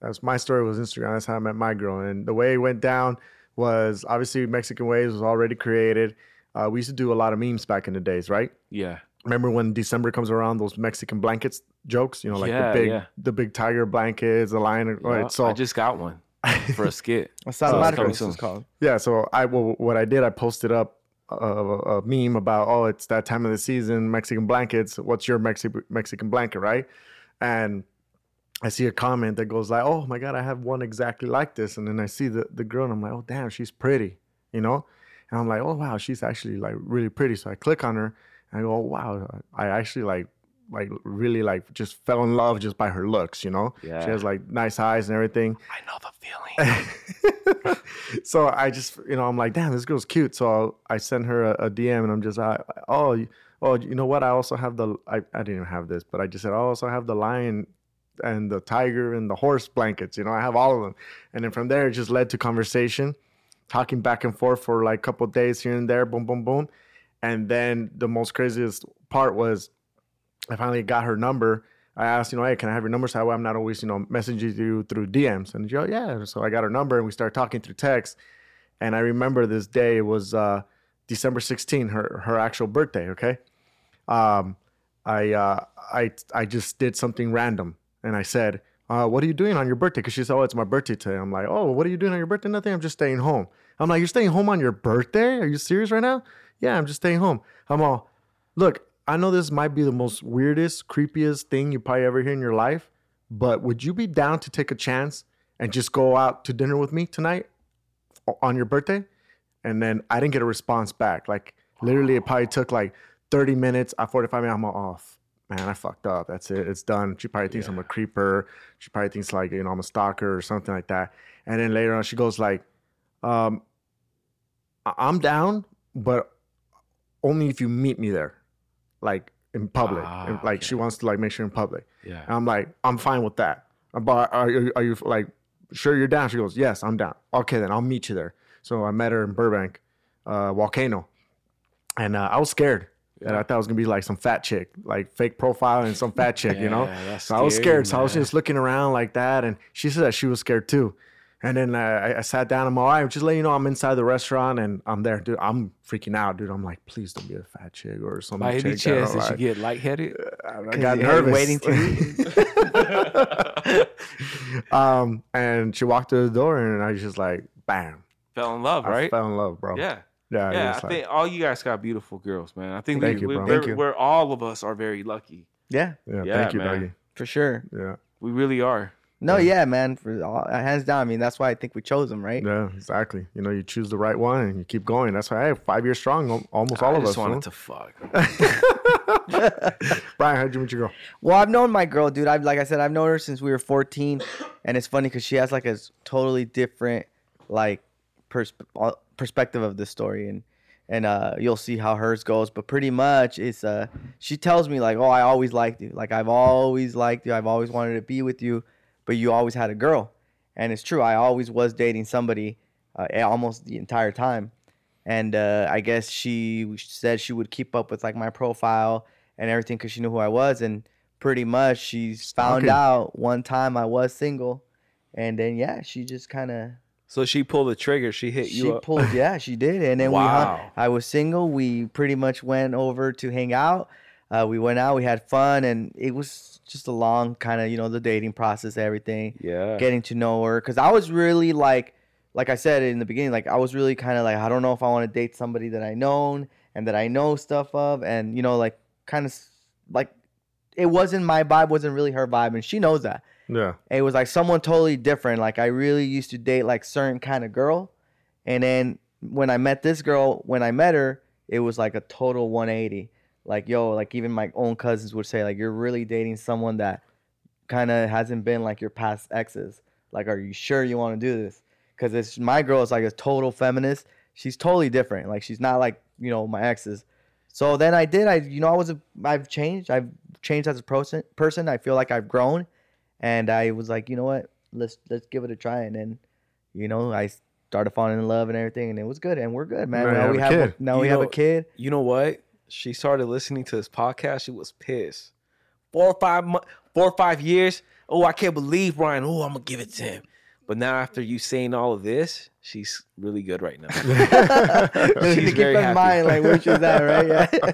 C: That's my story was Instagram. That's how I met my girl, and the way it went down was obviously Mexican Waves was already created. Uh, we used to do a lot of memes back in the days, right?
D: Yeah,
C: Remember when December comes around, those Mexican blankets jokes, you know, like
D: Yeah,
C: the big
D: yeah.
C: the big tiger blankets, the lion.
D: Yeah,
C: Right? So
D: I just got one for a skit.
E: That's
D: So it's
E: not
D: coming
E: it's
D: soon.
E: called.
C: Yeah, so I well, what I did, I posted up a, a, a meme about oh, it's that time of the season, Mexican blankets. What's your Mexi- Mexican blanket, right? And I see a comment that goes like, "Oh my god, I have one exactly like this." And then I see the the girl, and I'm like, "Oh damn, she's pretty," you know. And I'm like, "Oh wow, she's actually like really pretty." So I click on her, and I go, oh, "Wow, I actually like." Like really, like just fell in love just by her looks, you know.
D: Yeah.
C: She has like nice eyes and everything,
D: I know the feeling.
C: so I just, you know, I'm like, damn, this girl's cute. So I send her a, a DM, and I'm just, I, oh, you- oh, you know what? I also have the, I, I didn't even have this, but I just said, I also have the lion and the tiger and the horse blankets. You know, I have all of them. And then from there, it just led to conversation, talking back and forth for like a couple of days here and there, boom, boom, boom. And then the most craziest part was I finally got her number. I asked, you know, hey, can I have your number? So that way I'm not always, you know, messaging you through DMs. And she go, yeah. So I got her number and we started talking through text. And I remember this day was uh, December 16, her her actual birthday. Okay. Um, I uh, I I just did something random and I said, uh, what are you doing on your birthday? Because she said, oh, it's my birthday today. I'm like, oh, what are you doing on your birthday? Nothing. I'm just staying home. I'm like, you're staying home on your birthday? Are you serious right now? Yeah, I'm just staying home. I'm all, look, I know this might be the most weirdest, creepiest thing you probably ever hear in your life, but would you be down to take a chance and just go out to dinner with me tonight o- on your birthday? And then I didn't get a response back. Like literally, it probably took like 30 minutes. I 45 minutes. I'm all off. Man, I fucked up. That's it. It's done. She probably thinks I'm a creeper. She probably thinks like you know I'm a stalker or something like that. And then later on, she goes like, um, I- "I'm down, but only if you meet me there, like in public.
D: Ah,
C: And, like she wants to like make sure in public."
D: Yeah.
C: And I'm like, "I'm fine with that." But are you, are you like sure you're down? She goes, "Yes, I'm down." Okay, then I'll meet you there. So I met her in Burbank, uh, Volcano, and uh, I was scared. And I thought it was gonna be like some fat chick, like fake profile and some fat chick, you know.
D: Yeah, that's
C: So I was
D: scary,
C: scared. So I was
D: man.
C: just looking around like that, and she said that she was scared too. And then uh, I, I sat down. I'm all right. Just letting you know, I'm inside the restaurant and I'm there, dude. I'm freaking out, dude. I'm like, please don't be a fat chick or some
D: By
C: chick.
D: any
C: that I
D: chance,
C: don't
D: did she
C: like."
D: get lightheaded?
C: I got
E: you had it
C: nervous.
E: waiting
C: um, and she walked to the door, and I was just like, bam,
D: Fell in love,
C: I
D: right?
C: fell in love, bro.
D: Yeah.
C: yeah. it
D: Yeah,
C: was
D: I
C: like-
D: think all you guys got beautiful girls, man. I think
C: Thank
D: we,
C: you,
D: we,
C: bro.
D: we're,
C: Thank you.
D: we're all of us are very lucky.
E: Yeah,
C: yeah,
D: yeah,
C: Thank you,
D: man.
C: doggy.
E: for sure.
C: Yeah.
D: We really are.
E: No, yeah, man, for all, hands down. I mean, that's why I think we chose him, right?
C: Yeah, exactly. You know, you choose the right one and you keep going. That's why hey, five years strong, al- almost all
D: I
C: of us.
D: just
C: Wanted
D: wanted to fuck.
C: Brian, how'd you meet your girl?
E: Well, I've known my girl, dude. I've like I said, I've known her since we were 14, and it's funny because she has like a s- totally different like pers- uh, perspective of the story, and and uh, you'll see how hers goes. But pretty much, it's uh, she tells me like, oh, I always liked you, like I've always liked you, I've always wanted to be with you, but you always had a girl, and it's true. I always was dating somebody, uh, a- almost the entire time and uh, I guess she said she would keep up with like my profile and everything because she knew who I was, and pretty much she found
C: Stalking.
E: out one time I was single, and then yeah, she just kind of
D: So she pulled the trigger. She hit
E: she
D: you up.
E: pulled yeah she did, and then we hung,
D: Wow.
E: I was single. We pretty much went over to hang out. Uh, we went out, we had fun, and it was just a long kind of you know the dating process, everything
D: yeah.
E: getting to know her because I was really like, like I said in the beginning, like I was really kind of like I don't know if I want to date somebody that I known and that I know stuff of, and you know like kind of like it wasn't my vibe, wasn't really her vibe, and she knows that.
C: Yeah.
E: And it was like someone totally different. Like I really used to date like certain kind of girl, and then when I met this girl, when I met her, it was like a total 180. Like yo, like even my own cousins would say, like you're really dating someone that kind of hasn't been like your past exes. Like, are you sure you want to do this? Because it's my girl is like a total feminist. She's totally different. Like she's not like you know my exes. So then I did. I you know I was a, I've changed. I've changed as a person. Person. I feel like I've grown and I was like, you know what, let's let's give it a try. And then, you know, I started falling in love and everything, and it was good, and we're good, man.
C: Now you
E: now
C: have
E: we
C: a
E: have
C: kid.
E: A, now
D: You
E: we have
D: know-
E: a kid.
D: you know what? She started listening to this podcast. She was pissed. Four or five months, four or five years. Oh, I can't believe Ryan. Oh, I'm gonna give it to him. But now after you saying all of this, she's really good right now.
E: Just to
D: She's
E: keep
D: very
E: in
D: happy.
E: mind, like where she's at, right? Yeah.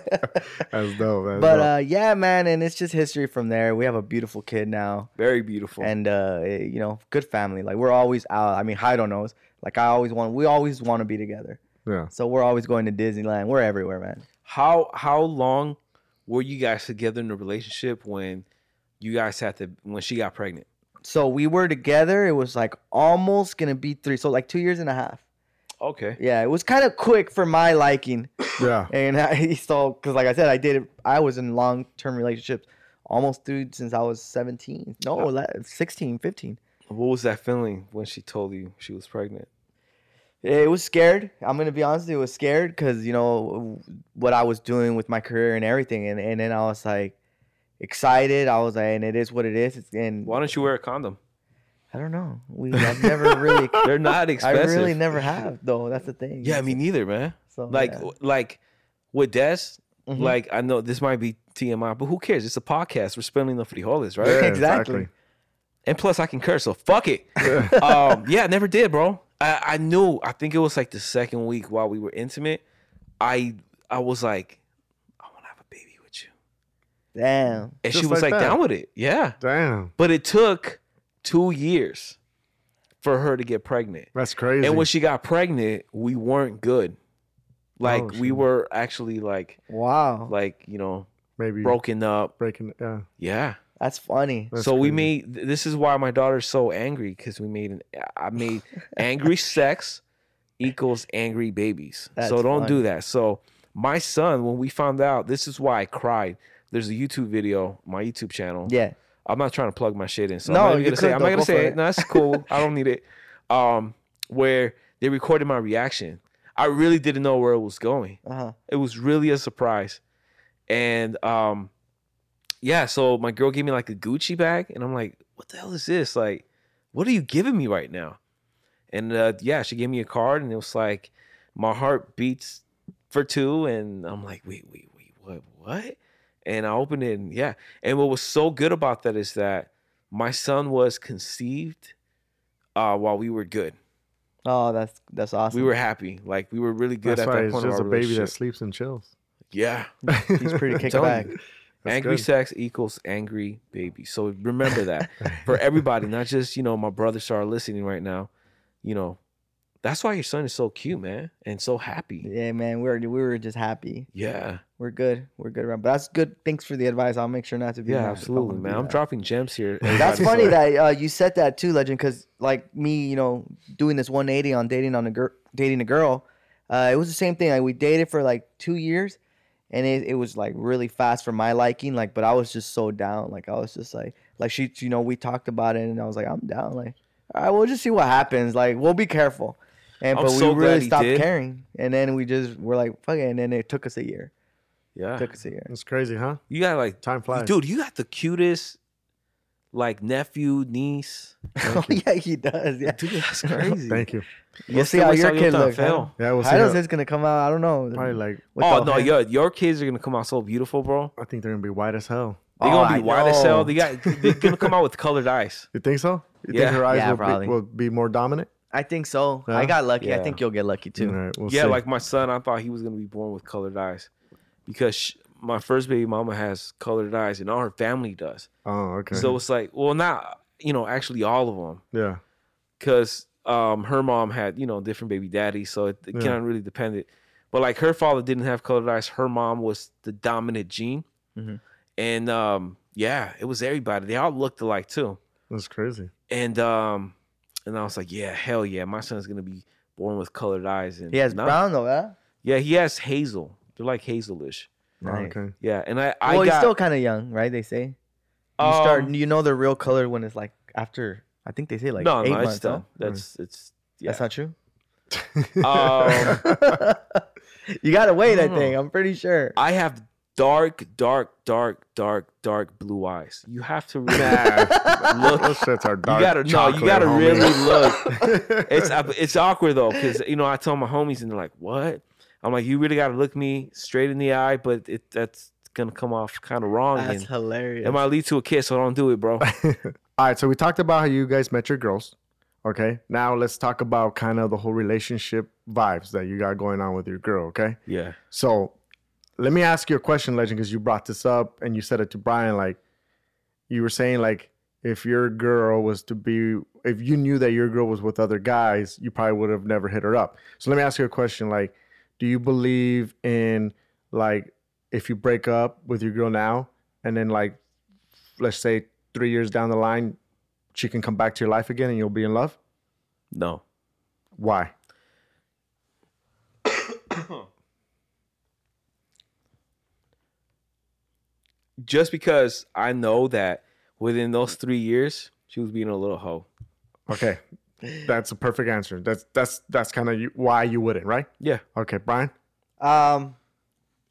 C: That's dope. That's
E: but
C: dope.
E: uh, yeah, man, and it's just history from there. We have a beautiful kid now,
D: Very beautiful.
E: and uh, eh, you know, good family. Like we're always out. I mean, Heido knows. Like I always want. We always want to be together.
C: yeah.
E: So we're always going to Disneyland. We're everywhere, man.
D: how how long were you guys together in a relationship when you guys had to when she got pregnant?
E: So we were together. It was like almost gonna be three. So like two years and a half.
D: Okay.
E: Yeah, it was kind of quick for my liking.
C: Yeah.
E: And I, so, because like I said, I did it. I was in long term relationships almost through since I was 17. No, le- 16, 15.
D: What was that feeling when she told you she was pregnant?
E: It was scared. I'm going to be honest, it was scared because, you know, what I was doing with my career and everything. And, and then I was like excited. I was like, and it is what it is. It's, and
D: Why don't you wear a condom?
E: I don't know. We, I've never really,
D: They're not
E: I
D: expensive.
E: really never have, though. That's the thing.
D: Yeah, me neither, man.
E: So,
D: like
E: yeah.
D: w- like with Des,
E: Mhm.
D: like I know this might be TMI, but who cares? It's a podcast. We're spilling the frijoles, right?
C: Yeah,
E: exactly.
D: And plus, I can curse, so fuck it. um, yeah, I never did, bro. I, I knew. I think it was like the second week while we were intimate. I I was like, I want to have a baby with you,
E: Damn.
D: and she
C: Just
D: was
C: like
D: like,
C: that.
D: down with it. Yeah,
C: Damn.
D: but it took two years for her to get pregnant.
C: That's crazy.
D: And when she got pregnant, we weren't good. Like
C: Oh,
D: we
C: shit.
D: were actually like
E: Wow.
D: like you know
C: maybe
D: broken up.
C: breaking. Yeah.
D: Yeah.
E: That's funny.
C: That's
D: so we
C: crazy.
D: made th- this is why my daughter's so angry because we made an I made angry sex equals angry babies.
E: That's
D: so don't do
E: funny.
D: that. So my son, when we found out, this is why I cried. There's a YouTube video, my YouTube channel.
E: Yeah.
D: I'm not trying to plug my shit in. So
E: No,
D: I'm not even
E: you
D: gonna say.
E: could,
D: I'm
E: though.
D: not gonna
E: Go for
D: say it.
E: it.
D: No, that's cool. I don't need it. Um, where they recorded my reaction. I really didn't know where it was going.
E: Uh huh.
D: It was really a surprise. And um, yeah. So my girl gave me like a Gucci bag, and I'm like, "What the hell is this? Like, what are you giving me right now?" And uh, yeah, she gave me a card, and it was like, "My heart beats for two, and I'm like, "Wait, wait, wait, what, what?" And I opened it, and yeah. And what was so good about that is that my son was conceived uh, while we were good.
E: Oh, that's that's awesome.
D: We were happy. Like we were really good
C: That's
D: at
C: why
D: that
C: it's
D: point of
C: just
D: our
C: a baby that
D: relationship.
C: sleeps and chills.
D: yeah.
E: He's pretty
C: I'm
E: kick
D: telling
E: back.
D: you.
C: That's
D: angry
C: good.
D: sex equals angry baby. So remember that for everybody, not just you know my brothers who are listening right now. You know, That's why your son is so cute, man, and so happy.
E: Yeah, man, we were we were just happy.
D: Yeah,
E: We're good. We're good around. But that's good. Thanks for the advice. I'll make sure not to be.
D: yeah,
E: an alcoholic.
D: absolutely, man. I'm
E: Yeah.
D: dropping gems here.
E: That's
D: everybody.
E: funny that uh, you said that too, Legend. Because like me, you know, doing this 180 on dating on a girl, dating a girl, uh, it was the same thing. Like we dated for like two years, and it, it was like really fast for my liking. Like, but I was just so down. Like I was just like, like she, you know, we talked about it, and I was like, I'm down. Like, all right, we'll just see what happens. Like, we'll be careful. And
D: I'm
E: but
D: so
E: we
D: glad
E: really
D: he
E: stopped
D: did.
E: caring, and then we just were like, fuck it. And then it took us a year.
D: Yeah,
E: took us a year.
C: It's crazy, huh?
D: you got like
C: Time flies.
D: dude. You got the cutest like nephew, niece.
E: oh yeah, he does. Yeah,
D: Dude, that's crazy.
C: Thank you.
E: We'll see how your kid looks. huh?
C: Yeah, we'll see.
E: How does
C: How,
E: this gonna come out? I don't know.
C: probably like
E: With
D: Oh
E: the-
D: no, yo, your kids are gonna come out so beautiful, bro.
C: I think they're gonna be white as hell.
D: They're
E: Oh,
D: gonna be
E: I
D: wide as hell.
E: know.
D: They got they're gonna come out with colored eyes.
C: You think so? You
D: Yeah.
C: think her eyes
E: Yeah,
C: will,
E: probably.
C: Be, will be more dominant?
E: I think so.
C: Huh?
E: I got lucky.
D: Yeah.
E: I think you'll get lucky too.
C: All right, we'll
D: yeah,
C: see.
D: like my son, I thought he was gonna be born with colored eyes because sh my first baby mama has colored eyes, and all her family does.
C: oh, okay.
D: So it's like, well, not you know, actually all of them,
C: yeah,
D: because um, her mom had you know different baby daddies, so it, it
C: Yeah.
D: kind of really depended. But like her father didn't have colored eyes, her mom was the dominant gene,
C: Mm-hmm.
E: Mhm.
D: and um, yeah, it was everybody. They all looked alike too.
C: that's crazy.
D: and um and I was like, yeah, hell yeah, my son's gonna be born with colored eyes and
E: He has
D: nah.
E: brown though, huh?
D: Yeah, he has hazel. They're like hazelish.
C: Oh,
E: Nice.
C: okay.
D: Yeah, and I I
E: Well, he's
D: got
E: still kind of young, right? They say you start,
D: um,
E: you know, the real color when it's like after. I think they say like
D: no
E: eight
D: no it's
E: months.
D: still
E: huh?
D: that's it's yeah.
E: That's not true.
D: um,
E: you gotta wait. I,
D: don't
E: think
D: know.
E: I'm pretty sure.
D: I have dark dark dark dark dark blue eyes. You have to really look.
C: Those shits are dark.
D: you gotta no, you
C: chocolate,
D: gotta
C: homie.
D: really look. It's I- it's awkward though because you know I tell my homies and they're like, "What?" I'm like, "You really gotta look me straight in the eye," but it that's gonna come off kind of wrong.
E: That's
D: and-
E: hilarious.
D: It might lead to a kiss, so don't do it, bro.
C: All right, so we talked about how you guys met your girls. Okay, now let's talk about kind of the whole relationship vibes that you got going on with your girl. Okay,
D: yeah.
C: so let me ask you a question, Legend, because you brought this up and you said it to Brian. Like you were saying, like if your girl was to be, if you knew that your girl was with other guys, you probably would have never hit her up. So let me ask you a question, like, do you believe in like if you break up with your girl now and then like let's say three years down the line, she can come back to your life again and you'll be in love?
D: No.
C: Why?
D: Just because I know that within those three years, she was being a little hoe.
C: Okay. That's a perfect answer. That's that's that's kind of you, why you wouldn't, right?
D: Yeah.
C: Okay, Brian.
E: um,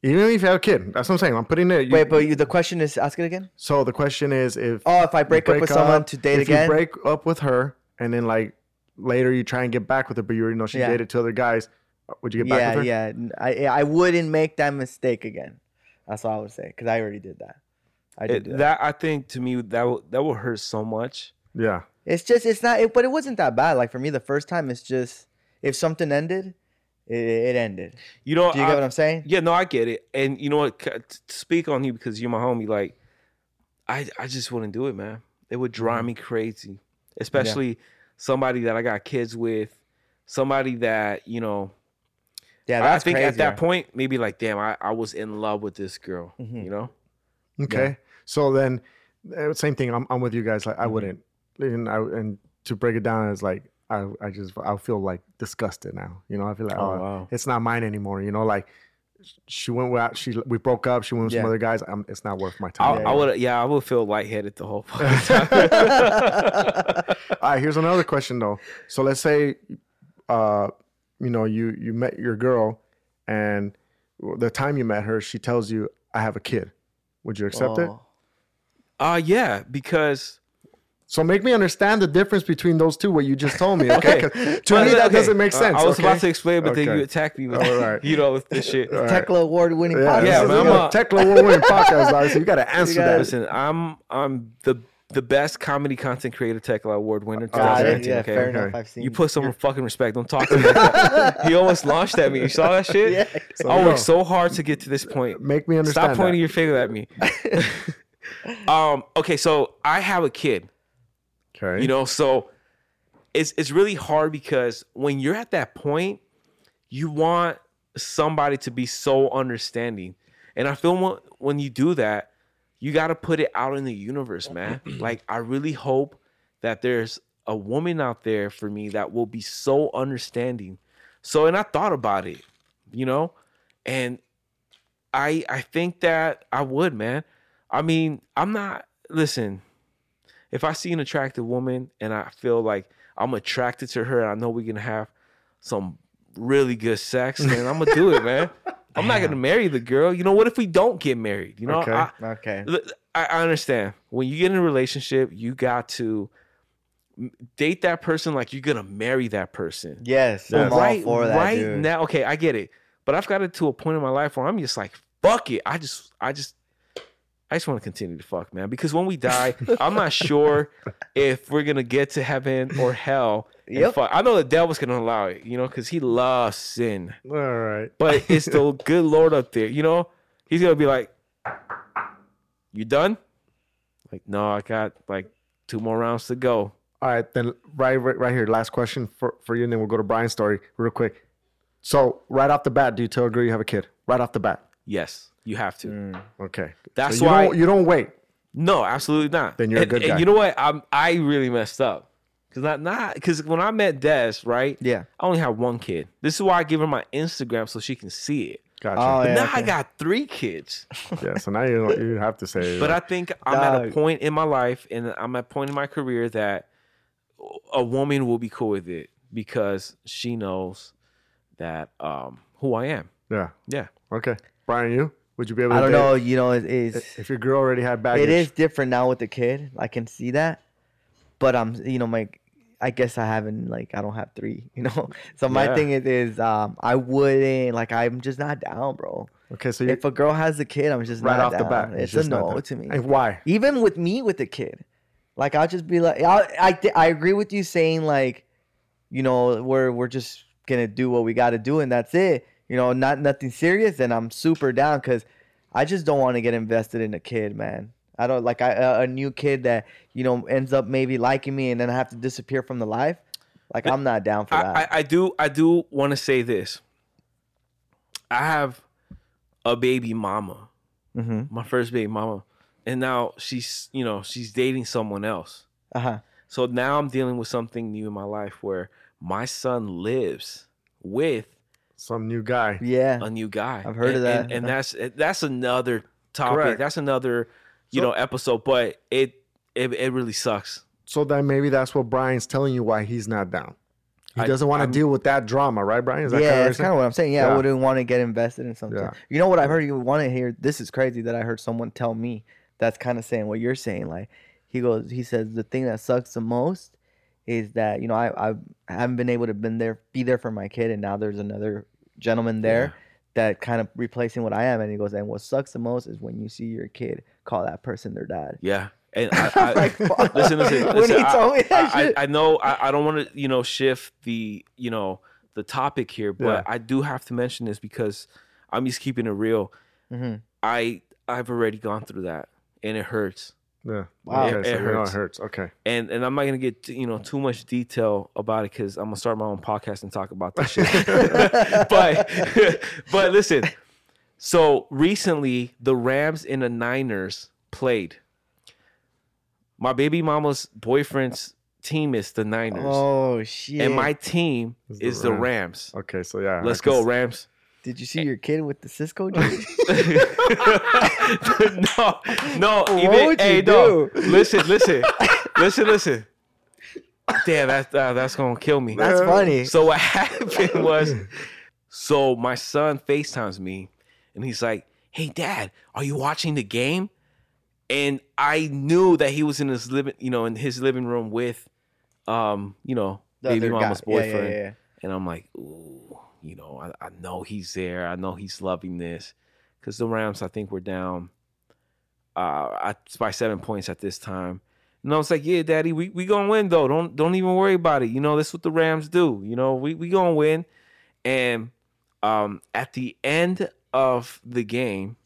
C: Even if you have a kid, that's what I'm saying. I'm putting it. you-
E: wait, but you, the question is, ask it again.
C: so the question is, if
E: Oh, if I break,
C: you
E: up with someone to date
C: if
E: again,
C: you break up with her, and then like later you try and get back with her, but you already know she
E: Yeah.
C: dated two other guys, uh, would you get back
E: yeah,
C: with her?
E: yeah. N- I I wouldn't make that mistake again. That's all I would say because I already did that. I did
D: It-
E: do that.
D: that I think to me that will, that will hurt so much.
C: Yeah,
E: It's just it's not. It, but it wasn't that bad. Like for me, the first time, it's just if something ended, it, it ended.
D: You know.
E: Do you
D: I-
E: get what I'm saying?
D: yeah. No, I get it. And you know what? c- To speak on you because you're my homie. Like, I I just wouldn't do it, man. It would
E: Mm-hmm.
D: drive me crazy, especially somebody that I got kids with, somebody that you know
E: Yeah,
D: I-
E: that's
D: I think at that
E: point.
D: point, maybe like, damn, I, I was in love with this girl,
E: Mhm.
D: you know?
C: Okay. So then, uh, same thing. I'm, I'm with you guys. Like
E: Mm-hmm.
C: I wouldn't. And, I, and to break it down, it's like I, I just I feel like disgusted now. You know, I feel like oh,
D: wow.
C: it's not mine anymore. You know, like she went out. She we broke up. She went with some
E: Yeah.
C: other guys. i it's not worth my
D: I,
C: time.
D: I would, yeah, I would feel lightheaded the whole fucking time.
C: All right. Here's another question though. So let's say, uh, you know, you you met your girl, and the time you met her, she tells you, "I have a kid." Would you accept
E: Oh.
C: it?
D: uh, yeah, because
C: So make me understand the difference between those two. What you just told me, okay? 'Cause To
D: Well,
C: me, that
D: okay,
C: doesn't make
D: I-
C: sense.
D: Uh, I, was about to
C: okay?
D: explain, but then
C: Okay.
D: you attacked me with,
C: All right.
D: you know, with this shit.
E: Tekla Award winning
C: Yeah,
E: podcast.
D: Yeah,
C: yeah
D: man,
C: man.
D: I'm
C: I'm
D: a-
C: a Tekla award-winning podcast, guys. So you got to answer that.
D: Listen, I'm, I'm the, the best comedy content creator Tekla Award winner.
E: Got it.
D: 2019,
E: Yeah,
D: okay?
E: fair
C: okay.
E: enough. I've seen
D: You put some fucking respect. Don't talk to me. Like that. he almost launched at me. You saw that shit?
E: Yeah.
D: I
C: no.
D: worked so hard to get to this point.
C: Make me understand.
D: Stop pointing
C: that.
D: your finger at me. um, okay, so I have a kid,
C: Okay.
D: you know, so it's it's really hard because when you're at that point, you want somebody to be so understanding, and I feel when, when you do that, you got to put it out in the universe, man. like I really hope that there's a woman out there for me that will be so understanding. So, and I thought about it, you know, and I I think that I would, man. I mean, I'm not listen. If I see an attractive woman and I feel like I'm attracted to her and I know we can have some really good sex, then I'm gonna do it, man. I'm not gonna marry the girl. You know what? If we don't get married, you know,
C: Okay.
D: I,
E: Okay.
D: L- I I understand. When you get in a relationship, you got to m- date that person like you're gonna marry that person.
E: Yes, I'm all
D: right,
E: for that,
D: right
E: dude.
D: now, okay, I get it. But I've got it to a point in my life where I'm just like, fuck it. I just, I just, I just want to continue to fuck, man. Because when we die, I'm not sure if we're gonna get to heaven or hell. and
E: Yep.
D: fuck. I know the devil's gonna allow it, you know, because he loves sin.
C: All right.
D: But it's the good Lord up there, you know? He's gonna be like, You done? Like, no, I got like two more rounds to go.
C: All right, then right, right, right here. Last question for, for you, and then we'll go to Brian's story real quick. So right off the bat, do you tell a girl you have a kid? Right off the bat.
D: Yes, you have to.
E: Mm.
C: Okay.
D: That's
C: So you
D: why
C: don't, you don't wait.
D: No, absolutely not.
C: Then you're a
D: And-
C: good
D: and
C: guy.
D: you know what? I'm I really messed up. Cause I not because when I met Des, right?
E: Yeah.
D: I only have one kid. This is why I give her my Instagram so she can see it.
E: Oh,
C: Gotcha.
D: But
E: yeah,
D: now I
E: okay.
D: got three kids.
C: yeah. So now you don't, you have to say. it.
D: But I think I'm at a
E: Dog.
D: point in my life and I'm at a point in my career that a woman will be cool with it because she knows that um who I am.
C: yeah.
D: Yeah.
C: Okay. Brian, you would you be able? to
E: I don't
C: date
E: know. You know, it is.
C: if your girl already had baggage.
E: It is different now with the kid. I can see that, but I'm, you know, my, I guess I haven't like I don't have three, you know. So my
D: Yeah.
E: thing is, is um, I wouldn't like I'm just not down, bro.
C: Okay, so you
E: If a girl has a kid, I'm just
C: right
E: not
C: off the
E: down.
C: bat,
E: it's a
C: just not
E: no
C: that.
E: to me.
C: And why?
E: Even with me with the kid, like I'll just be like, I, I, thi- I agree with you saying like, you know, we're we're just gonna do what we got to do and that's it. You know, not nothing serious. And I'm super down because I just don't want to get invested in a kid, man. I don't like I, a a new kid that you know ends up maybe liking me and then I have to disappear from the life. Like I'm not down for that.
D: I, I, I do I do want to say this. I have a baby mama,
E: mm-hmm.
D: my first baby mama, and now she's you know she's dating someone else.
E: Uh huh.
D: So now I'm dealing with something new in my life where my son lives with
C: Some new guy.
E: Yeah.
D: a new guy.
E: I've heard of
D: And- and-
E: that.
D: and, that's eh, that's another topic.
C: Correct.
D: That's another you know episode, but it it it really sucks.
C: So then maybe that's what Brian's telling you why he's not down. He
D: I-
C: doesn't want
D: I'm-
C: to deal with that drama, right, Brian? Is that
E: yeah,
C: kind of
E: that's kind of what I'm saying. Yeah,
C: Yeah.
E: I wouldn't want to get invested in something.
C: Yeah.
E: You know what I've heard you want to hear? This is crazy that I heard someone tell me that's kind of saying what you're saying. Like he goes, he says the thing that sucks the most is that you know I I haven't been able to been there be there for my kid, and now there's another gentleman there that kind of replacing what I am. And he goes, and what sucks the most is when you see your kid call that person their dad.
D: Yeah. And I, I,
E: Like, fuck.
D: listen, listen,
E: when
D: listen,
E: he
D: I-
E: told me that
D: I,
E: shit.
D: I, I know I, I don't want to you know shift the you know the topic here, but
C: Yeah.
D: I do have to mention this because I'm just keeping it real.
E: Mhm.
D: I I've already gone through that, and it hurts.
C: Yeah.
E: Wow.
C: Okay,
D: It-
C: so
D: it
C: you know
D: hurts.
C: it hurts. Okay.
D: And and I'm not gonna get you know too much detail about it because I'm gonna start my own podcast and talk about this shit. but but listen, so recently the Rams and the Niners played. My baby mama's boyfriend's team is the Niners.
E: Oh shit!
D: and my team
C: It's the
D: is the
C: Rams.
D: Rams.
C: Okay, so yeah.
D: Let's
C: I can
D: go
C: s-
D: Rams.
E: Did you see your kid with the Cisco? jersey?
D: no, no, even
E: would you
D: hey, no.
E: do?
D: Listen, listen, listen, listen. Damn, that's uh, that's gonna kill me.
E: That's funny.
D: So what happened was, so my son FaceTimes me, and he's like, "Hey, Dad, are you watching the game?" And I knew that he was in his living, you know, in his living room with, um, you know,
E: The
D: baby
E: other guy.
D: mama's
E: Yeah, yeah,
D: boyfriend.
E: yeah.
D: And I'm like, ooh, you know, I, I know he's there. I know he's loving this. Because the Rams, I think, were down uh, I, by seven points at this time. And I was like, yeah, daddy, we, we gonna win though. Don't don't even worry about it. You know, that's what the Rams do. You know, we, we gonna win. And um, at the end of the game,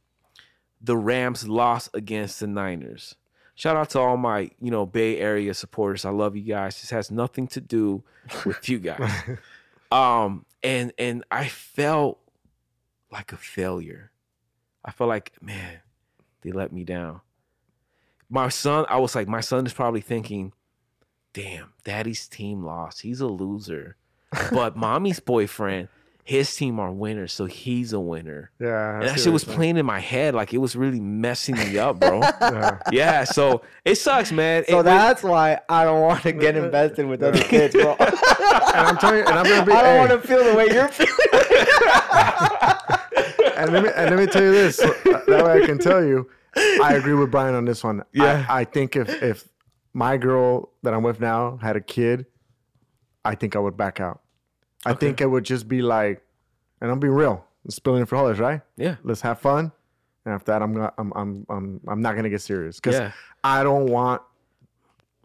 D: the Rams lost against the Niners. Shout out to all my, you know, Bay Area supporters. I love you guys. This has nothing to do with you guys. um, and and I felt like a failure. I felt like, man, they let me down. My son, I was like, my son is probably thinking, damn, daddy's team lost. He's a loser. But mommy's boyfriend, his team are winners, so he's a winner.
C: Yeah.
D: And that
C: see
D: shit
C: what
D: was
C: you're
D: playing in my head like it was really messing me up, bro.
C: saying. Yeah.
D: yeah, so it sucks, man. It
E: So
D: was-
E: that's why I don't want to get invested with other kids, bro.
C: And I'm telling you, and I'm gonna be.
E: I
C: hey,
E: don't want to feel the way you're feeling.
C: and, let me, and let me tell you this. so, uh, that way I can tell you, I agree with Brian on this one.
D: Yeah.
C: I, I think if if my girl that I'm with now had a kid, I think I would back out. I think it would just be like, and I'm being real, spilling it for dollars, right?
D: yeah.
C: Let's have fun. And after that, I'm gonna, I'm, I'm, I'm, I'm not gonna get serious because
D: Yeah.
C: I don't want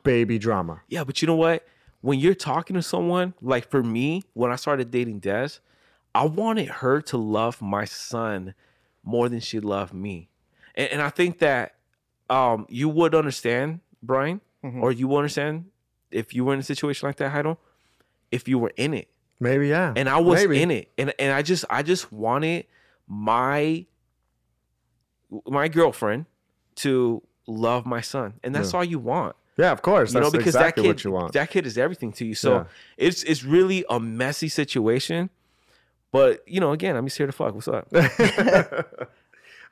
C: baby drama.
D: Yeah, but you know what? When you're talking to someone, like for me, when I started dating Des, I wanted her to love my son more than she loved me. And, and I think that um, you would understand, Brian,
C: Mm-hmm.
D: or you will understand if you were in a situation like that, Heidel, if you were in it.
C: Maybe, yeah.
D: and I was
C: Maybe.
D: in it, and and I just I just wanted my my girlfriend to love my son, and that's all you want,
C: Yeah, of course.
D: you know,
C: That's
D: because
C: exactly
D: that
C: what
D: kid
C: you want.
D: that kid is everything to you. So
C: Yeah.
D: it's it's really a messy situation, but you know, again, I'm just here to fuck. What's up?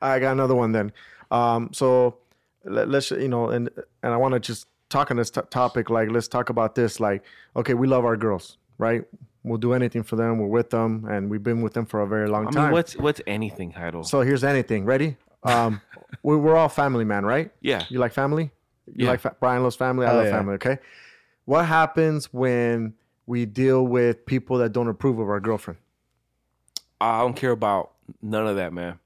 C: I got another one then. Um, so let, us you know, and and I want to just talk on this t- topic. Like, let's talk about this. Like, okay, we love our girls, right? We'll do anything for them. We're with them, and we've been with them for a very long
D: I
C: time.
D: mean, what's what's anything, Heidel?
C: so here's anything. Ready? Um, we, we're all family, man, right?
D: yeah,
C: You like family? You
D: Yeah.
C: like fa- Brian loves family? I
E: Oh,
C: love
E: yeah.
C: family. Okay. What happens when we deal with people that don't approve of our girlfriend?
D: I don't care about none of that, man.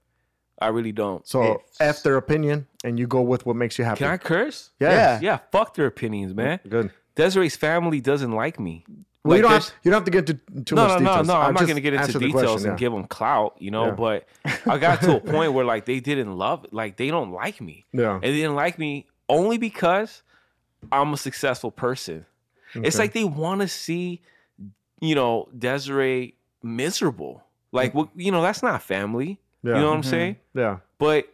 D: I really don't.
C: So F their opinion, and you go with what makes you happy.
D: Can I curse?
C: Yes.
E: Yeah.
D: Yeah, fuck their opinions, man.
C: Good.
D: Desiree's family doesn't like me.
C: Well, you
D: Like,
C: don't
D: there's-
C: have, you don't have to get into too
D: no,
C: much
D: no,
C: details.
D: No, no, I'm, not
C: just
D: going to get into
C: answer the
D: details
C: question,
D: and
C: yeah.
D: give them clout, you know.
C: Yeah.
D: But I got to a point where like they didn't love, like they don't like me,
C: Yeah.
D: and they didn't like me only because I'm a successful person. It's like they want to see, you know, Desiree miserable. Like, what you know, that's not
C: Mm.
D: family.
C: Yeah. Mm-hmm.
D: You know what I'm saying?
C: yeah,
D: But,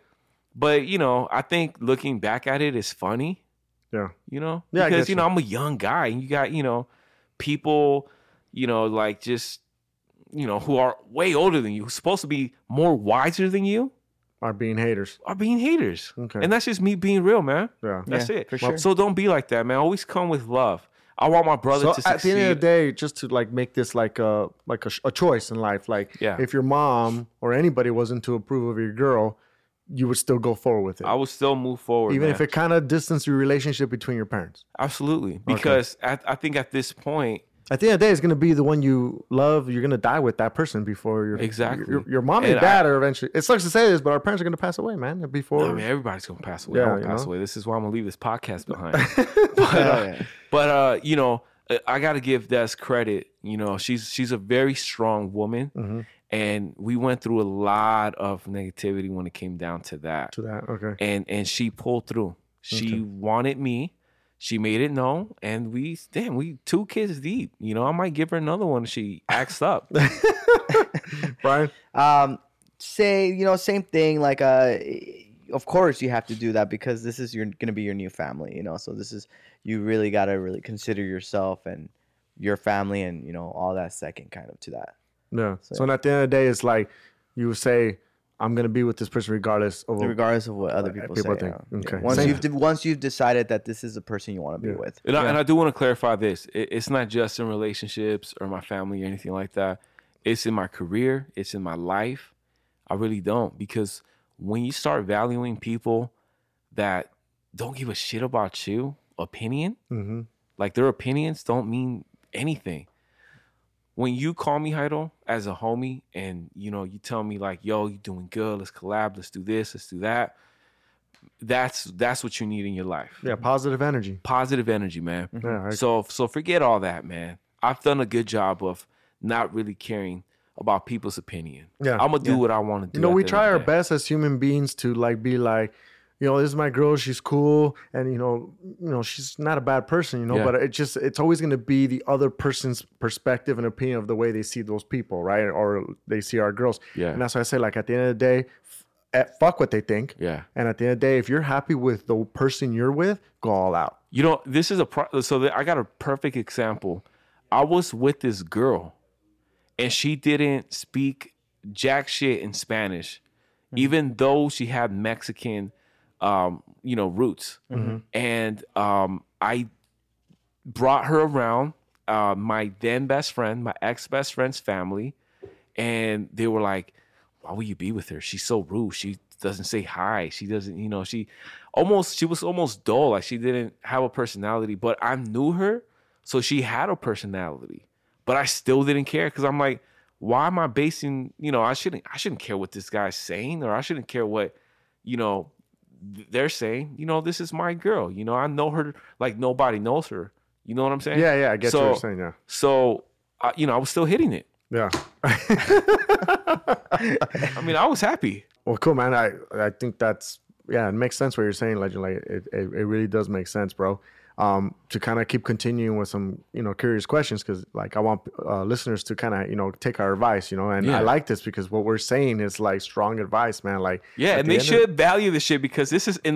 D: but you know, I think looking back at it is funny
C: yeah,
D: you know
C: Yeah, I
D: because
C: get
D: you know
C: you.
D: i'm a young guy and you got you know people you know like just you know who are way older than you who's supposed to be more wiser than you
C: are being haters.
D: are being haters
C: Okay.
D: and that's just me being real man
C: Yeah.
D: that's
E: Yeah,
D: it
E: for sure.
D: so don't be like that man always come with love i want my brother
C: So
D: to succeed
C: at the end of the day, just to like make this like a like a, sh- a choice in life, like
D: Yeah.
C: if your mom or anybody wasn't to approve of your girl, you would still go forward with it,
D: i will still move forward
C: even
D: man.
C: if it kind of distanced your relationship between your parents.
D: absolutely because at, i think at this point
C: At the end of the day, it's gonna be the one you love. You're gonna die with that person before your
D: Exactly.
C: your, your mom and,
D: And I-
C: dad are eventually. It sucks to say this, but our parents are gonna pass away, man. Before
D: I mean, everybody's gonna pass away.
C: Yeah,
D: I won't
C: you
D: pass
C: know?
D: away. This is why I'm gonna leave this podcast behind. but, uh, but uh, you know, I- I gotta give Des credit. You know, she's she's a very strong woman,
C: Mm-hmm,
D: and we went through a lot of negativity when it came down to that.
C: to that, okay.
D: And and she pulled through. She wanted me. She made it known, and we damn, we two kids deep. You know, I might give her another one. if She acts up.
C: Brian,
E: um say you know same thing like uh of course you have to do that because this is your gonna be your new family you know so this is you really gotta really consider yourself and your family and you know all that second kind of to that
C: Yeah. So, and at the end of the day, it's like you say, "I'm gonna be with this person regardless of." what-"
E: regardless of what other people,
C: people
E: say
C: think.
E: yeah.
C: Okay.
E: Yeah. once
C: Same.
E: you've de- once you've decided that this is the person you want to be
C: Yeah.
E: with
D: And, I, and I do want to clarify this. It, it's not just in relationships or my family or anything like that. It's in my career. It's in my life. I really don't because when you start valuing people that don't give a shit about you, opinion,
C: Mhm.
D: like their opinions don't mean anything. When you call me Heidel as a homie and you know you tell me like, "Yo, you doing good? Let's collab. Let's do this. Let's do that." That's that's what you need in your life.
C: Yeah, positive energy.
D: Positive energy, man.
C: Yeah. I-
D: So so forget all that, man. I've done a good job of not really caring about people's opinion.
C: Yeah.
D: I'm gonna do what I want to do.
C: you know,
D: at
C: we
D: the end
C: try
D: of
C: our
D: the day.
C: best as human beings to like be like, you know, this is my girl. She's cool, and you know, you know, she's not a bad person. You know,
D: Yeah.
C: but it just it's always going to be the other person's perspective and opinion of the way they see those people, right? Or they see our girls.
D: Yeah.
C: and that's why I say, like, at the end of the day, f- eh, fuck what they think.
D: Yeah.
C: And at the end of the day, if you're happy with the person you're with, go all out.
D: You know, this is a pro- so that I got a perfect example. I was with this girl, and she didn't speak jack shit in Spanish, even though she had Mexican, um, you know, roots. And um, I brought her around uh, my then best friend, my ex best friend's family, and they were like, "Why would you be with her? She's so rude. She doesn't say hi. She doesn't, you know, she almost she was almost dull. Like she didn't have a personality. But I knew her, so she had a personality. But I still didn't care because I'm like, why am I basing? You know, I shouldn't I shouldn't care what this guy's saying, or I shouldn't care what, you know, th- they're saying. You know, this is my girl. You know, I know her like nobody knows her. You know what I'm saying?
C: Yeah, yeah, I get what you're
D: Eh, So-
C: saying. Yeah,
D: So, I, you know, I was still hitting it.
C: yeah.
D: I mean, I was happy.
C: Well, cool, man. I I think that's yeah, it makes sense what you're saying, Legend. Like it, it, it really does make sense, bro. Um, to kind of keep continuing with some you know curious questions because like I want uh, listeners to kind of you know take our advice, you know, and
D: Yeah.
C: I like this because what we're saying is like strong advice, man. Like
D: Yeah,
C: at
D: and
C: the
D: they
C: end of-
D: should value this shit because this is an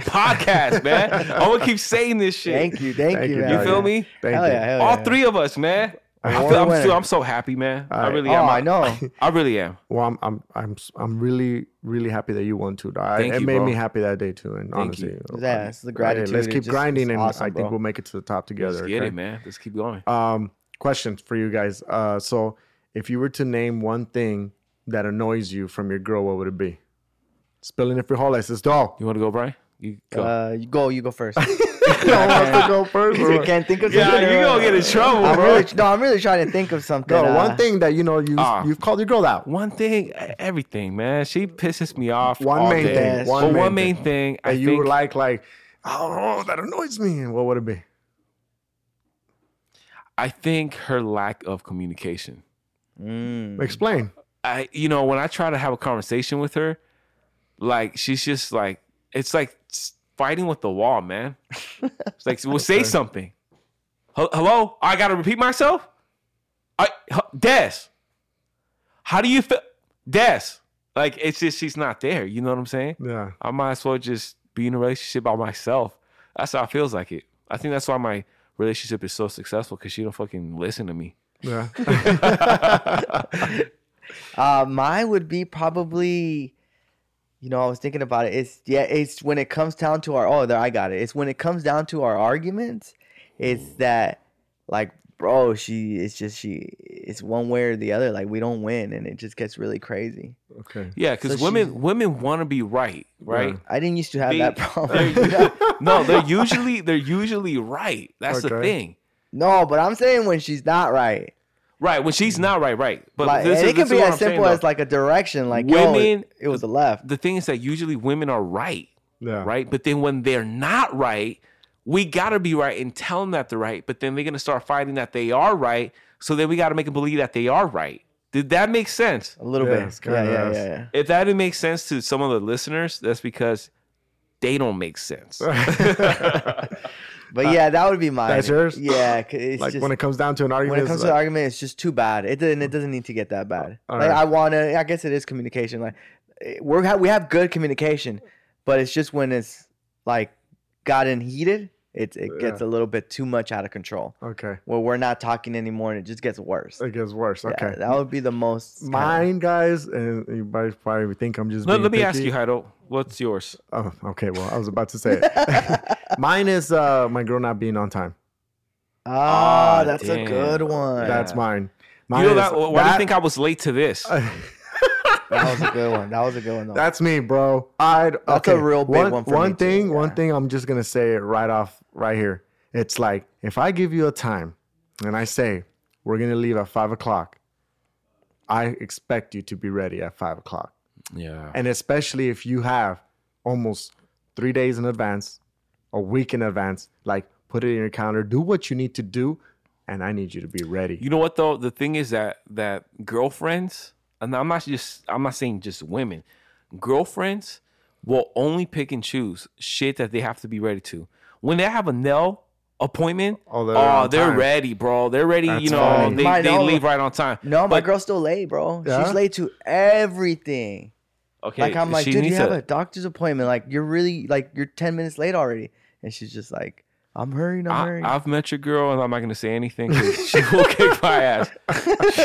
D: podcast, man. I'm gonna keep saying this shit.
E: Thank you, thank,
C: Thank
E: you.
C: you,
E: man.
D: You
C: Oh,
D: feel
C: yeah.
D: me?
C: Thank
E: Hell
C: you.
E: yeah, hell
D: All
E: yeah.
D: three of us, man. I feel,
E: Award
D: I'm,
E: winner.
D: so, I'm so happy, man. I
C: right.
D: really
E: Oh,
D: am.
E: I know.
D: I really am.
C: Well, I'm I'm I'm s- I'm really really happy that you won too. dog.
D: Thank
C: I, it
D: you,
C: made
D: bro.
C: me happy that day too, and
D: Thank you.
C: honestly,
E: Yeah, it's the
C: Right,
E: gratitude.
C: let's
E: It
C: keep
E: just- it's
C: grinding, and
E: awesome,
C: I think
E: bro.
C: we'll make it to the top together.
D: Let's get
C: okay?
D: it, man. Let's keep going.
C: Um, question for you guys. Uh, so if you were to name one thing that annoys you from your girl, what would it be? Spilling it for frijoles. It's dog.
D: you want to go, Brian? You go.
E: Uh, you go, you go first.
C: to go first.
E: you can't think of something.
D: yeah, you gonna get in trouble,
E: I'm
D: bro.
E: really, no, I'm really trying to think of something.
C: No,
E: uh,
C: one thing that you know you
D: Ah.
C: you've called your girl out.
D: One thing, everything, man. She pisses me off.
C: One
D: all
C: main
D: day.
C: thing.
E: Yes.
D: But
C: One main
D: One, main
C: thing
D: thing, I
C: that you were
D: think-
C: like like oh that annoys me. What would it be?
D: I think her lack of communication.
C: Explain.
D: I you know when I try to have a conversation with her, like she's just like it's like s- fighting with the wall, man. It's like well, say something. Hel- Hello, I gotta repeat myself. I h- Des, how do you feel? Des, like it's just she's not there. You know what I'm saying?
C: Yeah.
D: I might as well just be in a relationship by myself. That's how it feels like it. I think that's why my relationship is so successful because she don't fucking listen to me.
C: Yeah.
E: mm. Uh, mine would be probably, you know, I was thinking about it. It's yeah, it's when it comes down to our oh, there I got it. It's when it comes down to our arguments. It's that like bro, she it's just she it's one way or the other. Like we don't win, and it just gets really crazy.
C: okay.
D: Yeah, because
E: So
D: women
E: she's-
D: women want to be right, right?
E: I didn't used to have
D: They-
E: that problem.
D: no, they're usually they're usually right. That's the
C: Okay.
D: thing.
E: no, but I'm saying when she's not right.
D: Right when she's not right, right. But
E: Mm-hmm. Like,
D: this
E: and
D: is,
E: it can
D: this is
E: be
D: what
E: as
D: I'm saying,
E: simple as
D: though.
E: like a direction, like yo,
D: Women-
E: it, it was a left.
D: the thing is that usually women are right,
C: Yeah.
D: right? But then when they're not right, we gotta be right and tell them that they're right. But then they're gonna start fighting that they are right. So then we gotta make them believe that they are right. Did that make sense?
E: A little
C: Yeah, it's
E: bit.
C: kinda
E: Yeah, yeah,
C: us.
E: yeah, yeah.
D: If that didn't make sense to some of the listeners, that's because they don't make sense.
E: But yeah, that would be mine.
C: that's yours?
E: Yeah, 'cause it's
C: Like
E: just,
C: when it comes down to an argument.
E: when it
C: it's
E: comes to
C: like-
E: the argument, it's just too bad. It doesn't. It doesn't need to get that bad.
C: All
E: like
C: right.
E: I wanna. I guess it is communication. Like eh, we're ha- we have good communication, but it's just when it's like gotten heated, it it gets a little bit too much out of control.
C: okay.
E: Where we're not talking anymore, and it just gets worse.
C: It gets worse.
E: Yeah,
C: Okay.
E: that would be the most kinda-
C: Mine, guys, and you guys probably think I'm just.
D: let,
C: being
D: let me ask
C: picky.
D: you, Heido, what's yours?
C: Oh, okay. Well, I was about to say it. Mine is uh, my girl not being on time.
E: Ah, that's
D: damn.
E: a good one.
C: That's mine. mine
D: You know
C: is
D: that, why do you think I was late to this?
E: that was a good one. That was a good one. Though.
C: That's me, bro. I
E: That's a real big one for me, too,
C: thing, one
E: yeah.
C: thing. I'm just gonna say it right off, right here. It's like if I give you a time, and I say we're gonna leave at five o'clock, I expect you to be ready at five o'clock.
D: Yeah.
C: and especially if you have almost three days in advance, a week in advance, like put it in your calendar, do what you need to do, and I need you to be ready.
D: You know what though? The thing is that that girlfriends, and I'm not just I'm not saying just women, girlfriends will only pick and choose shit that they have to be ready to. When they have a nail appointment,
C: Oh,
D: oh,
C: they're
D: they're,
C: on time.
D: ready, bro. They're ready.
C: That's
D: you know,
C: funny.
D: they,
E: Mine
D: they
E: all-
D: leave right on time.
E: No, my
D: But-
E: girl's still late, bro.
C: Yeah?
E: She's late to everything.
D: Okay,
E: like I'm like,
D: she
E: dude, you
D: needs
E: have
D: to-
E: a doctor's appointment. Like you're really like you're ten minutes late already, and she's just like, I'm hurrying, I'm hurrying.
D: I, I've met your girl, and I'm not gonna say anything 'cause she will kick my ass.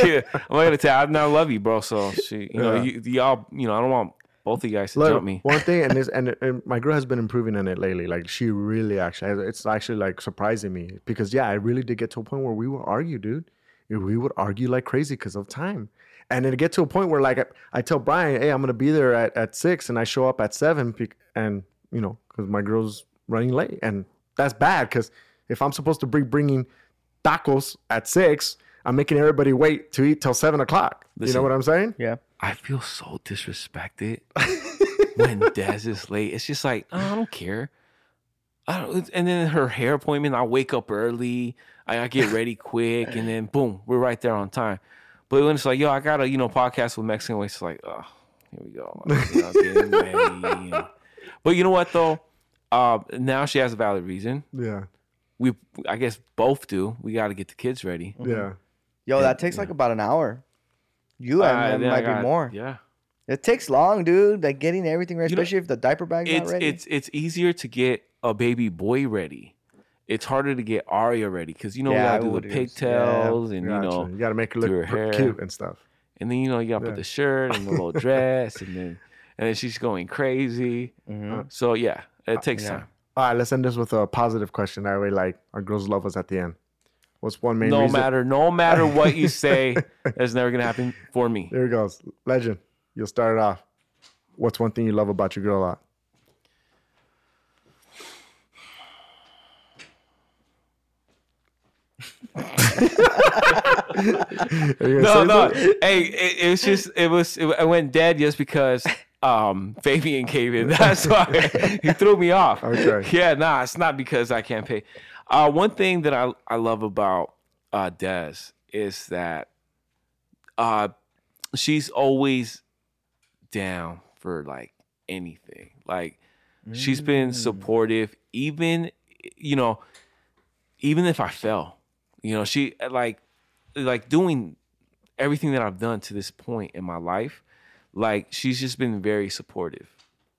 D: She- I'm not gonna tell. I, I love you, bro. So she, you know,
C: Yeah.
D: you, y'all, you know, I don't want both of you guys to
C: Look,
D: jump me.
C: one thing, and this, and, and my girl has been improving in it lately. Like she really actually, it's actually like surprising me because yeah, I really did get to a point where we would argue, dude. We would argue like crazy because of time, and it get to a point where like I, I tell Brian, hey, I'm gonna be there at, at six, and I show up at seven, bec- and you know, because my girl's running late, and that's bad because if I'm supposed to be bringing tacos at six, I'm making everybody wait to eat till seven o'clock. you
D: Listen.
C: know what I'm saying?
E: yeah,
D: I feel so disrespected when Dez is late. It's just like oh, I don't care. I don't, it's- and then her hair appointment, I wake up early, I, I get ready quick, and then boom, we're right there on time. But when it's like, yo, I got a you know podcast with Mexican Waste, it's like, oh, here we go. You know, getting ready. But you know what though? Uh, now she has a valid reason.
C: Yeah,
D: We, I guess, both do. We got to get the kids ready.
C: yeah.
E: yo,
D: Yeah,
E: that takes like about an hour. You
D: Uh,
E: I
D: then
E: mean, it
D: I
E: might
D: got-
E: be more.
D: Yeah.
E: It takes long, dude. Like getting everything ready,
D: You know,
E: especially if the diaper bag's
D: it's
E: not ready.
D: it's it's easier to get a baby boy ready. It's harder to get Aria ready because you know
E: Yeah, I
D: you gotta do
E: would've-
D: the
E: yeah,
D: pigtails and
C: Gotcha.
D: you know,
C: you gotta make it
D: do
C: look
D: her
C: pr-
D: hair.
C: cute and stuff.
D: and then you know you gotta
C: Yeah.
D: put the shirt and the little dress and then and then she's going crazy.
E: Mm-hmm. Uh.
D: So yeah, it takes time.
C: All right, let's end this with a positive question. That way, like our girls love us at the end. What's one main
D: no
C: reason?
D: matter no matter what you say, that's never gonna happen for me.
C: There it goes, legend. You'll start it off. What's one thing you love about your girl a lot? Are you gonna
D: No,
C: say
D: no.
C: something?
D: Hey, it, it was just it was it, I went dead just because um Fabian came in. That's why he threw me off.
C: Okay.
D: Yeah, nah, it's not because I can't pay. Uh, one thing that I I love about uh Des is that uh she's always down for like anything. Like she's been
C: Mm.
D: supportive even you know even if I fell. You know, she like like doing everything that I've done to this point in my life, like she's just been very supportive,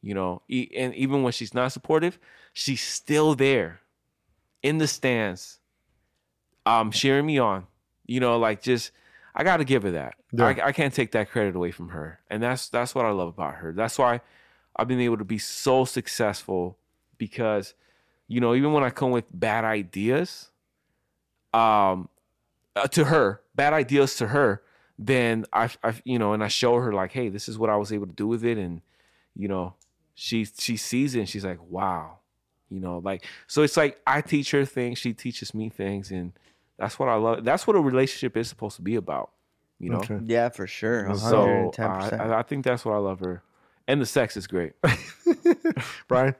D: you know. E- and even when she's not supportive, she's still there in the stands, um, cheering me on. You know, like just I got to give her that. I, I can't take that credit away from her, and that's that's what I love about her. That's why I've been able to be so successful because, you know, even when I come with bad ideas, um, uh, to her, bad ideas to her, then I, I, you know, and I show her like, hey, this is what I was able to do with it, and you know, she she sees it and she's like, wow, you know, like so it's like I teach her things, she teaches me things, and that's what I love. That's what a relationship is supposed to be about, you know.
C: Okay.
E: yeah, for sure.
D: So
E: 110%.
D: I, I- I think that's what I love her, and the sex is great.
C: Brian?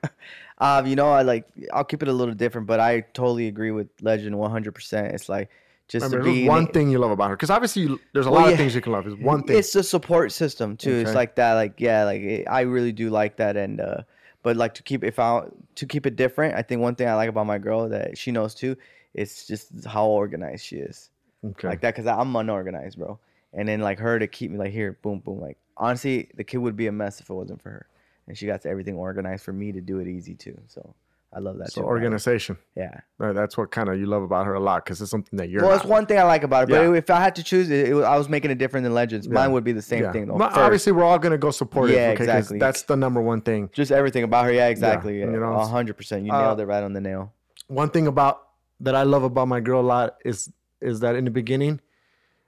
E: Um, you know, I like I'll keep it a little different, but I totally agree with Legend 100%. It's like just
C: I
E: to
C: mean,
E: be
C: there's
E: in
C: one
E: it-
C: thing you love about her, because obviously you, there's a
E: Well,
C: lot
E: yeah.
C: of things you can love. It's one thing.
E: It's the support system too. It's
C: Okay.
E: like that. Like yeah, like it, I really do like that. And uh, but like to keep if I to keep it different, I think one thing I like about my girl that she knows too, it's just how organized she is
C: okay.
E: like that because I'm unorganized, bro. And then like her to keep me like here, boom, boom. Like honestly, the kid would be a mess if it wasn't for her. And she got everything organized for me to do it easy too. So I love that
C: so
E: too. about her.
C: organization.
E: Yeah.
C: Right, that's what kind of you love about her a lot, because it's something that you're.
E: well,
C: not.
E: it's one thing I like about it, but
C: Yeah.
E: if I had to choose, it, it was, I was making it different than Legends. Mine would be the same
C: Yeah.
E: thing though.
C: No,
E: first.
C: obviously, we're all gonna go support
E: Yeah,
C: it. Okay, 'cause
E: exactly.
C: That's the number one thing.
E: Just everything about her. Yeah, exactly.
C: you
E: Yeah,
C: know,
E: a
C: it's-
E: 100%. You
C: uh,
E: nailed it right on the nail.
C: One thing about that I love about my girl a lot is is that in the beginning,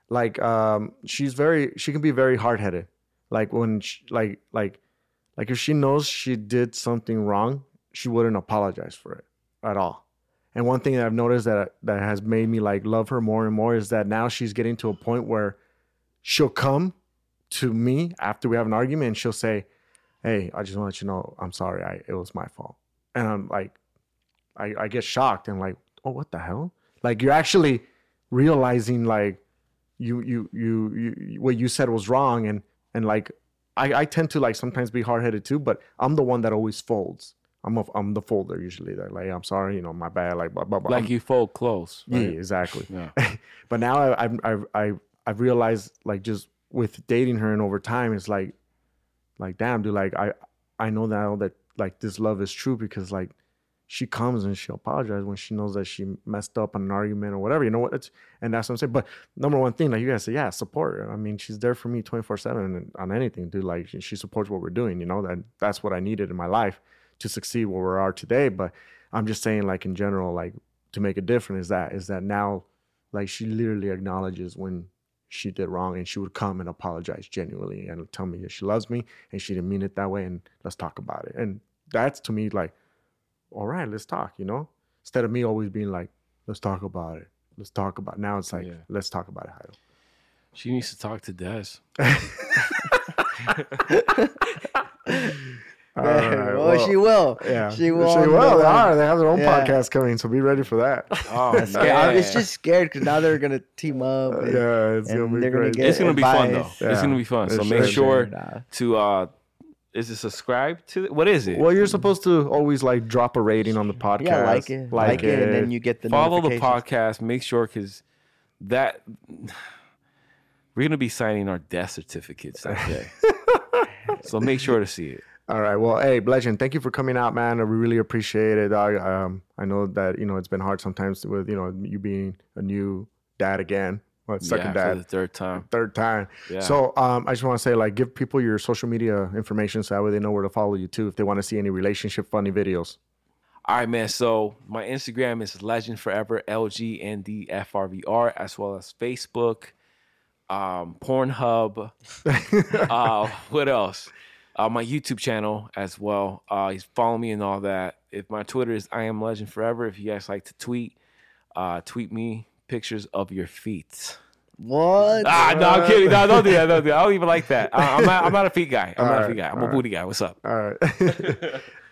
C: like um, she's very she can be very hard headed. Like when she, like like like if she knows she did something wrong, she wouldn't apologize for it at all. And one thing that I've noticed that that has made me like love her more and more is that now she's getting to a point where she'll come to me after we have an argument and she'll say, Hey, I just want to let you know I'm sorry. I it was my fault. And I'm like, I, I get shocked and like, oh what the hell? Like you're actually realizing like you you you, you what you said was wrong and and like I, I tend to like sometimes be hard headed too, but I'm the one that always folds. I'm a, I'm the folder usually. That like I'm sorry, you know, my bad. Like blah blah blah.
D: Like
C: I'm-
D: you fold close.
C: yeah,
D: right?
C: exactly.
D: Yeah.
C: but now I, I've I've I've I've realized like just with dating her and over time, it's like, like damn, dude, like I I know now that like this love is true because like she comes and she'll apologize when she knows that she messed up on an argument or whatever. You know what? It's, and that's what I'm saying. But number one thing, like you guys say, yeah, support. her. I mean, she's there for me 24 seven on anything, dude. Like she- she supports what we're doing. You know that that's what I needed in my life to succeed where we are today. But I'm just saying, like in general, like to make a difference is that is that now like she literally acknowledges when she did wrong and she would come and apologize genuinely and tell me that she loves me and she didn't mean it that way and let's talk about it and that's to me like all right let's talk you know instead of me always being like let's talk about it let's talk about it. now it's like
D: Yeah.
C: let's talk about it Heido.
D: She needs to talk to Des.
C: All right,
E: well, she will.
C: yeah
E: she will.
C: she
E: on the
C: will
E: run.
C: they are they have their own
E: Yeah.
C: podcast coming so be ready for that
D: Oh,
E: I'm scared. I'm- It's just scared because now they're gonna team up. and-
C: Uh, yeah it's
E: And
C: gonna be
E: they're gonna
C: great
E: get-
D: it's gonna be fun though.
E: advice.
D: It's
C: Yeah.
D: gonna be fun.
C: It
D: So
C: should
D: make
C: be.
D: sure
E: Nah.
D: to uh is it subscribe to what is it?
C: well you're supposed to always like drop a rating on the podcast
E: Yeah, like it, like, it, and then you get the
D: Follow the
E: notifications.
D: podcast, make sure cause that we're gonna be signing our death certificates that day. so make sure to see it.
C: All right. Well, hey, Legend, thank you for coming out, man. We really appreciate it. I, um, I know that you know it's been hard sometimes with you know you being a new dad again, well, second
D: yeah, for the
C: dad,
D: third time.
C: third time.
D: Yeah.
C: So, um, I just want to say, like, give people your social media information so that way they know where to follow you too if they want to see any relationship funny videos.
D: All right, man. So my Instagram is Legend Forever LG and the FRVR, as well as Facebook, um, Pornhub. uh, what else? Uh, my YouTube channel as well. Uh, you follow me and all that. If my Twitter is I am Legend Forever. If you guys like to tweet, uh, tweet me pictures of your feet.
E: What?
D: Ah, no, I'm kidding. No, don't do that. Don't do that. I don't even like that. I, I'm, not, I'm not a feet guy. I'm not a
C: Alright,
D: feet guy. I'm a booty guy. What's up?
C: All right.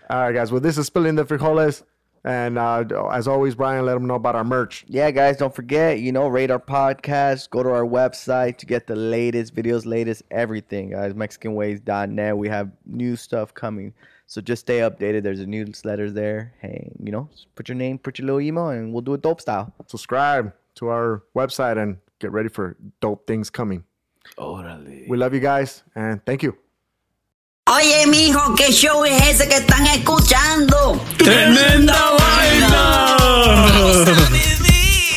C: All right, guys. Well, this is spilling the frijoles, and uh, as always, Brian, let them know about our merch.
E: yeah, guys, don't forget, you know, rate our podcast. Go to our website to get the latest videos, latest everything, guys. MexicanWays.net. We have new stuff coming. So just stay updated. There's a newsletter there. Hey, you know, put your name, put your little email, and we'll do it dope style.
C: Subscribe to our website and get ready for dope things coming.
D: Orale.
C: We love you guys and thank you.
G: Oye, mijo, ¿qué show es ese que están escuchando? ¡Tremenda vaina!